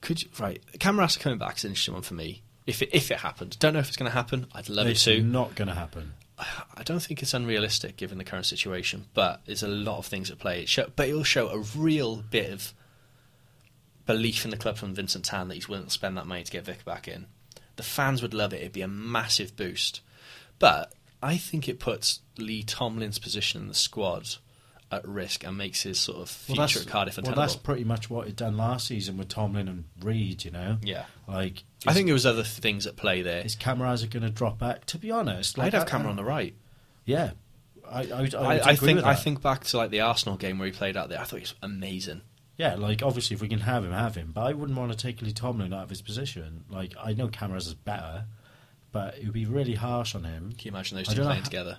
Speaker 3: Could you, right, Camarasa coming back is an interesting one for me. If it, if it happened, don't know if it's going to happen. I'd love
Speaker 2: it's
Speaker 3: it to.
Speaker 2: not going to happen
Speaker 3: I don't think it's unrealistic given the current situation, but there's a lot of things at play. It show, but it'll show a real bit of belief in the club from Vincent Tan that he's willing to spend that money to get Vic back in. The fans would love it. It'd be a massive boost. But I think it puts Lee Tomlin's position in the squad at risk and makes his sort of future at Cardiff
Speaker 2: well
Speaker 3: untenable.
Speaker 2: that's pretty much what it done last season with Tomlin and Reed you know
Speaker 3: Yeah.
Speaker 2: like
Speaker 3: I
Speaker 2: is-
Speaker 3: think there was other things at play there.
Speaker 2: is cameras are going to drop back to be honest like,
Speaker 3: I'd have
Speaker 2: I-
Speaker 3: Cameron on the right.
Speaker 2: yeah I, I, would- I,
Speaker 3: I,
Speaker 2: would
Speaker 3: I
Speaker 2: agree
Speaker 3: think
Speaker 2: with
Speaker 3: I
Speaker 2: that.
Speaker 3: think back to like the Arsenal game where he played out there. I thought he was amazing.
Speaker 2: Yeah, like obviously if we can have him, have him. But I wouldn't want to take Lee Tomlin out of his position. Like I know Cameras is better, but it would be really harsh on him.
Speaker 3: Can you imagine those
Speaker 2: I
Speaker 3: two
Speaker 2: don't know
Speaker 3: playing
Speaker 2: how-
Speaker 3: together?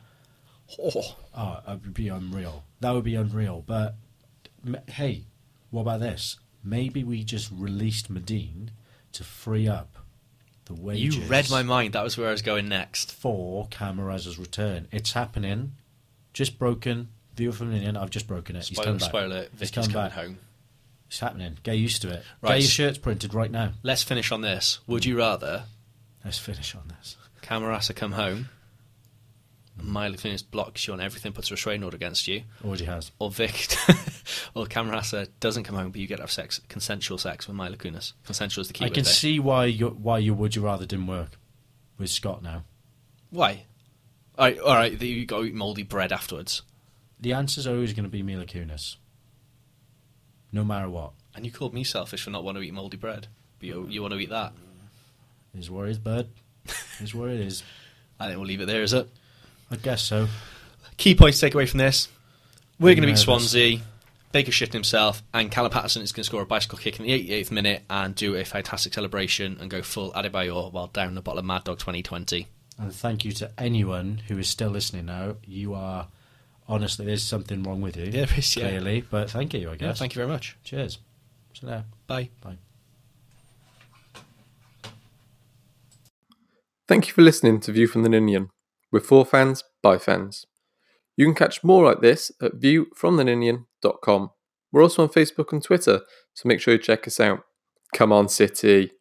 Speaker 3: Oh,
Speaker 2: Oh, it would be unreal. That would be unreal. But m- hey, what about this? Maybe we just released Medine to free up the wages.
Speaker 3: you read my mind. That was where I was going next.
Speaker 2: for Cameras' return. It's happening. Just broken. View from the end. I've just broken it. He's
Speaker 3: Spoiler,
Speaker 2: come back.
Speaker 3: spoiler. alert,
Speaker 2: He's
Speaker 3: Vicky's
Speaker 2: come
Speaker 3: coming
Speaker 2: back.
Speaker 3: home.
Speaker 2: It's happening. Get used to it.
Speaker 3: Right.
Speaker 2: Get your shirts printed right now.
Speaker 3: Let's finish on this. Would you rather
Speaker 2: Let's finish on this.
Speaker 3: Camarasa come home, and Milo Clunes blocks you on everything, puts a restraining order against you,
Speaker 2: Already has.
Speaker 3: or Vic, [laughs] or Camarasa doesn't come home, but you get to have sex, consensual sex with Milo Kunis. Consensual is the key
Speaker 2: I
Speaker 3: word
Speaker 2: can
Speaker 3: there.
Speaker 2: see why you why your would you rather didn't work with Scott now.
Speaker 3: Why? All right, all right. You got to eat mouldy bread afterwards.
Speaker 2: The answer's always going to be Mila Kunis, no matter what.
Speaker 3: And you called me selfish for not want to eat mouldy bread. But you, you want to eat that.
Speaker 2: Is where it is, [laughs] bud. Is where it is.
Speaker 3: I think we'll leave it there, is it?
Speaker 2: I guess so.
Speaker 3: Key points to take away from this. We're
Speaker 2: I'm
Speaker 3: going to beat
Speaker 2: nervous.
Speaker 3: Swansea. Baker shifting himself, and Callum Patterson is going to score a bicycle kick in the 88th minute and do a fantastic celebration and go full Adebayor while down the bottle of Mad Dog 2020.
Speaker 2: And thank you to anyone who is still listening now. You are honestly, there's something wrong with you.
Speaker 3: There is, yeah.
Speaker 2: clearly. But thank you. I guess.
Speaker 3: Yeah, thank you very much.
Speaker 2: Cheers. So now,
Speaker 3: Bye.
Speaker 2: bye.
Speaker 5: Thank you for listening to View from the Ninian. We're for fans, by fans. You can catch more like this at viewfromtheninian.com. We're also on Facebook and Twitter, so make sure you check us out. Come on, City!